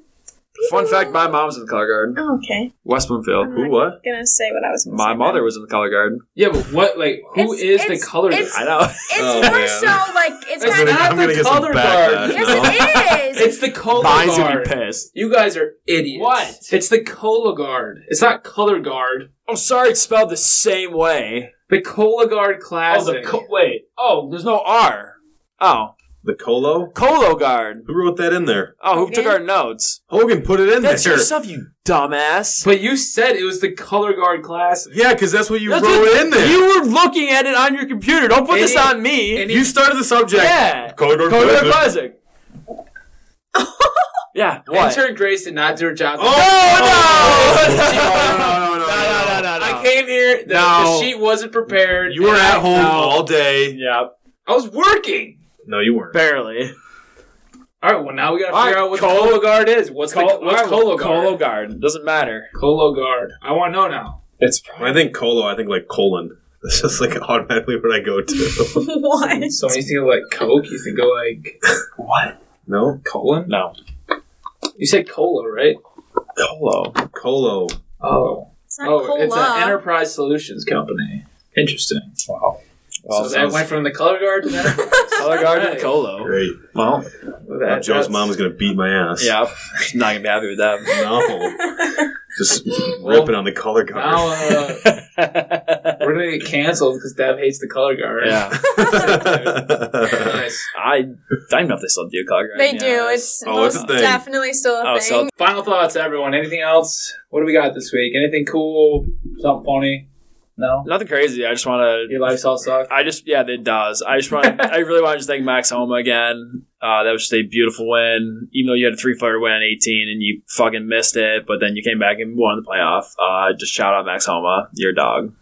Speaker 3: Fun fact: My mom's in the color guard.
Speaker 5: Oh, okay,
Speaker 3: West Bloomfield.
Speaker 5: Alright.
Speaker 1: Who? What?
Speaker 5: gonna say what I was. Gonna
Speaker 3: My
Speaker 5: say
Speaker 3: mother was in the color guard.
Speaker 4: Yeah, but what? Like, who
Speaker 5: It's-
Speaker 4: is
Speaker 5: it's-
Speaker 4: the color guard?
Speaker 5: it's-
Speaker 3: I know.
Speaker 5: It's
Speaker 1: Oh,
Speaker 5: more
Speaker 1: man.
Speaker 5: so like it's
Speaker 4: That's
Speaker 5: kind of.
Speaker 4: not the color guard.
Speaker 1: backlash.
Speaker 5: Yes,
Speaker 1: No.
Speaker 5: it is.
Speaker 4: It's the color
Speaker 3: Mine's gonna
Speaker 4: guard.
Speaker 3: be pissed.
Speaker 4: You guys are idiots.
Speaker 3: What?
Speaker 4: It's the cola guard. It's not color guard.
Speaker 3: I'm sorry, it's spelled the same way.
Speaker 4: The cola
Speaker 5: Oh,
Speaker 4: guard classic.
Speaker 3: wait. Oh, there's no R. Oh,
Speaker 1: The Colo?
Speaker 3: Colo guard.
Speaker 1: Who wrote that in there?
Speaker 3: Oh, who took
Speaker 5: Okay.
Speaker 3: our notes?
Speaker 1: Hogan put it in
Speaker 3: That's
Speaker 1: there.
Speaker 3: your stuff, you dumbass.
Speaker 4: but you said it was the color guard classic.
Speaker 1: Yeah, because that's what you
Speaker 3: That's
Speaker 1: wrote
Speaker 3: what-
Speaker 1: in there. You,
Speaker 3: You were looking at it on your computer. Don't put this
Speaker 4: Idiot.
Speaker 3: on me.
Speaker 4: Idiot.
Speaker 1: started the subject.
Speaker 3: Yeah.
Speaker 1: Color guard
Speaker 3: Colo guard
Speaker 1: classic.
Speaker 3: classic. yeah. What?
Speaker 4: Intern Grace did not do her job.
Speaker 3: Oh,
Speaker 1: no, no, no, no, no,
Speaker 4: I came here. The,
Speaker 3: No.
Speaker 4: the sheet wasn't prepared.
Speaker 1: You were
Speaker 4: and
Speaker 1: at
Speaker 4: I-
Speaker 1: home
Speaker 3: No.
Speaker 1: all day.
Speaker 3: Yeah,
Speaker 4: I was working.
Speaker 1: No, you weren't.
Speaker 3: barely.
Speaker 4: All right. Well, now we gotta
Speaker 3: All
Speaker 4: figure
Speaker 3: right,
Speaker 4: out what
Speaker 3: Col-
Speaker 4: the cola guard is. What's
Speaker 3: Col-
Speaker 4: the, what's cola
Speaker 3: Colo
Speaker 4: guard?
Speaker 3: guard. Doesn't matter.
Speaker 4: Colo guard. I want to know now.
Speaker 3: It's
Speaker 1: When I think Colo, I think like colon. That's just like automatically what I go to.
Speaker 5: what?
Speaker 4: So when you think of like Coke, you think of like
Speaker 3: what?
Speaker 1: no?
Speaker 4: colon.
Speaker 3: No.
Speaker 4: You said cola, right?
Speaker 3: Colo.
Speaker 1: Colo.
Speaker 4: Oh,
Speaker 5: It's not
Speaker 4: oh, it's
Speaker 5: cola.
Speaker 4: an enterprise solutions company. Interesting. Wow.
Speaker 3: Well,
Speaker 4: so that went from the color guard to that.
Speaker 3: Color guard and
Speaker 4: Hey.
Speaker 3: Colo.
Speaker 1: Great.
Speaker 3: Well,
Speaker 1: Now
Speaker 4: that
Speaker 1: Joe's
Speaker 4: that's-
Speaker 1: mom is going to beat my ass.
Speaker 3: yeah. She's not gonna be happy with that.
Speaker 1: No. just ripping on the color
Speaker 4: Now
Speaker 1: guard.
Speaker 4: uh, we're gonna get canceled because Dev hates the color guard.
Speaker 3: yeah.
Speaker 4: Nice.
Speaker 3: I I don't know if they still do color guard.
Speaker 5: They
Speaker 3: yeah.
Speaker 5: do. It's
Speaker 1: Oh, it's
Speaker 5: most
Speaker 1: a thing.
Speaker 5: definitely still a
Speaker 3: Oh,
Speaker 5: thing.
Speaker 3: so-
Speaker 4: Final thoughts, everyone. Anything else? What do we got this week? Anything cool? Something funny? No.
Speaker 3: nothing crazy. I just want to
Speaker 4: Your life's all sucks.
Speaker 3: I just yeah, it does. I just want I really want to just thank Max Homa again. Uh, that was just a beautiful win, even though you had a three footer win in 18 and you fucking missed it, but then you came back and won the playoff. Uh, just shout out Max Homa, your dog.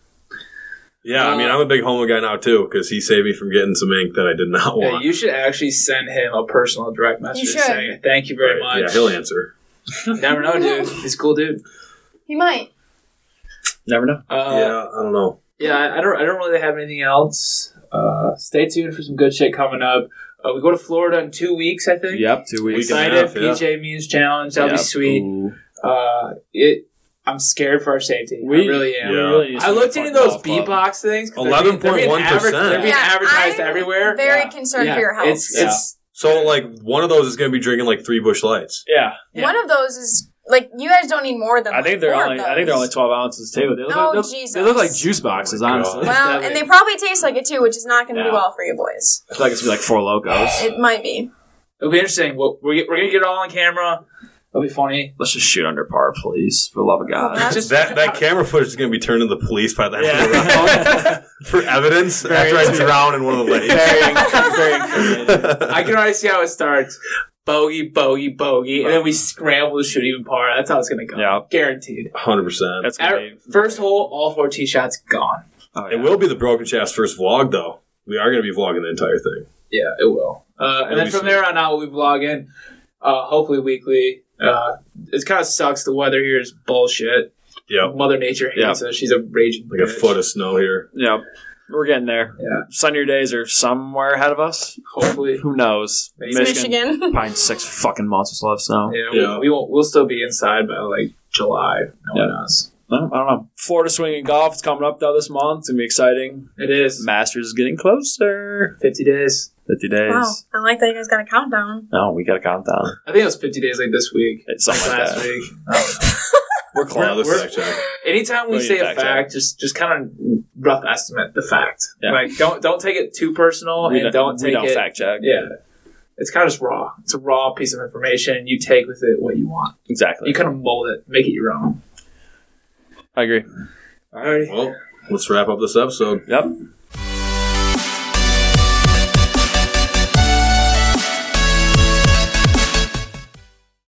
Speaker 1: yeah, I mean, I'm a big homo guy now too because he saved me from getting some ink that I did not
Speaker 4: Yeah,
Speaker 1: want.
Speaker 4: you should actually send him a personal direct message
Speaker 5: should.
Speaker 4: saying thank you very
Speaker 1: Right,
Speaker 4: much.
Speaker 1: Yeah, he'll answer.
Speaker 4: Never know, dude. He's a cool dude.
Speaker 5: He might.
Speaker 3: Never know.
Speaker 4: Uh,
Speaker 1: yeah, I don't know.
Speaker 4: yeah, I- I don't. I don't really have anything else. Uh, stay tuned for some good shit coming up. Uh, we go to Florida in two weeks, I think.
Speaker 3: Yep, two weeks.
Speaker 1: Weekend.
Speaker 4: Excited,
Speaker 1: Enough, yeah.
Speaker 4: PJ Means challenge. That'll
Speaker 3: Yep.
Speaker 4: be sweet.
Speaker 3: Ooh.
Speaker 4: Uh, it. I'm scared for our safety.
Speaker 3: We
Speaker 4: I really am.
Speaker 1: Yeah.
Speaker 3: just
Speaker 4: I
Speaker 3: need to
Speaker 4: looked into
Speaker 3: fucking
Speaker 4: those
Speaker 3: golf club.
Speaker 4: beatbox things. 'cause they're being-
Speaker 1: 11.1%.
Speaker 4: They're being, adver- they're being
Speaker 5: Yeah,
Speaker 4: advertised
Speaker 5: I'm
Speaker 4: everywhere.
Speaker 5: Very
Speaker 4: Yeah.
Speaker 5: concerned
Speaker 4: Yeah.
Speaker 5: for your health.
Speaker 4: It's,
Speaker 3: Yeah.
Speaker 4: it's
Speaker 1: So, like, one of those is going to be drinking like three bush lights.
Speaker 3: Yeah,
Speaker 4: yeah.
Speaker 5: One of those is like you guys don't need more than.
Speaker 3: I think
Speaker 5: like,
Speaker 3: they're
Speaker 5: four
Speaker 3: only
Speaker 5: of
Speaker 3: I think they're
Speaker 5: those.
Speaker 3: only 12 ounces too. They look,
Speaker 5: Oh,
Speaker 3: they look-
Speaker 5: Jesus.
Speaker 3: they look like juice boxes,
Speaker 1: Oh my God.
Speaker 3: honestly.
Speaker 5: Well, and they probably taste like it too, which is not going to
Speaker 3: Yeah.
Speaker 5: do well for you boys.
Speaker 3: I feel like it's gonna be like four locos.
Speaker 5: It might be.
Speaker 4: It'll be interesting. We'll, we're, we're gonna get it all on camera. It'll be funny.
Speaker 3: Let's just shoot under par, please, for the love of God.
Speaker 5: Well,
Speaker 4: Just
Speaker 1: That that camera footage is going to be turned to the police by the end of the round
Speaker 3: Yeah.
Speaker 1: for evidence
Speaker 3: Very
Speaker 1: after I
Speaker 3: true.
Speaker 1: drown in one of the lakes.
Speaker 3: very, very incriminating.
Speaker 4: I can already see how it starts. Bogey, bogey, bogey, and then we scramble to shoot even par. That's how it's gonna go.
Speaker 3: Yeah.
Speaker 4: Guaranteed.
Speaker 1: 100%.
Speaker 3: That's gonna
Speaker 4: Our
Speaker 3: be
Speaker 4: first hole, all four tee shots gone.
Speaker 3: Oh,
Speaker 1: It
Speaker 3: yeah.
Speaker 1: will be the Broken Shafts first vlog, though. We are going to be vlogging the entire thing.
Speaker 4: Yeah, it will. Uh, and then
Speaker 1: It'll be
Speaker 4: from there on out, we'll be vlogging, uh, hopefully weekly. Uh, it kind of sucks. The weather here is bullshit.
Speaker 1: Yep.
Speaker 4: Mother Nature hates us. She's a raging
Speaker 1: Like a
Speaker 4: bitch.
Speaker 1: foot of snow here.
Speaker 3: Yeah, we're getting there.
Speaker 4: Yeah.
Speaker 3: Sunnier days are somewhere ahead of us.
Speaker 4: Hopefully,
Speaker 3: Who knows?
Speaker 4: It's
Speaker 5: Michigan.
Speaker 3: Probably in six fucking months will have snow.
Speaker 4: yeah, we-
Speaker 1: Yeah.
Speaker 4: We, won't. We'll still be inside by like July. No one
Speaker 3: Yeah.
Speaker 4: knows.
Speaker 3: No, I don't know. Florida Swing and Golf is coming up though this month. It's gonna be exciting.
Speaker 4: It is
Speaker 3: Masters is getting closer.
Speaker 4: 50 days.
Speaker 3: Fifty days.
Speaker 5: Wow, I like that you guys got a countdown.
Speaker 3: No, we got a countdown.
Speaker 4: I think it was 50 days like this week.
Speaker 3: It's something like
Speaker 4: last
Speaker 3: that.
Speaker 4: week. I don't know.
Speaker 3: We're
Speaker 1: Now
Speaker 3: close.
Speaker 1: this fact check.
Speaker 4: Anytime we
Speaker 3: Well, you
Speaker 4: say a
Speaker 3: fact
Speaker 4: fact, just just kind of rough estimate the fact.
Speaker 3: Yeah.
Speaker 4: Like don't don't take it too personal
Speaker 3: we
Speaker 4: and
Speaker 3: don't,
Speaker 4: don't
Speaker 3: we
Speaker 4: take
Speaker 3: don't
Speaker 4: it.
Speaker 3: fact check.
Speaker 4: Yeah, it's kind of just raw. It's a raw piece of information. You take with it what you want.
Speaker 3: Exactly.
Speaker 4: You kind of mold it, make it your own.
Speaker 3: I agree.
Speaker 4: Alrighty.
Speaker 1: Well, let's wrap up this episode.
Speaker 3: Yep.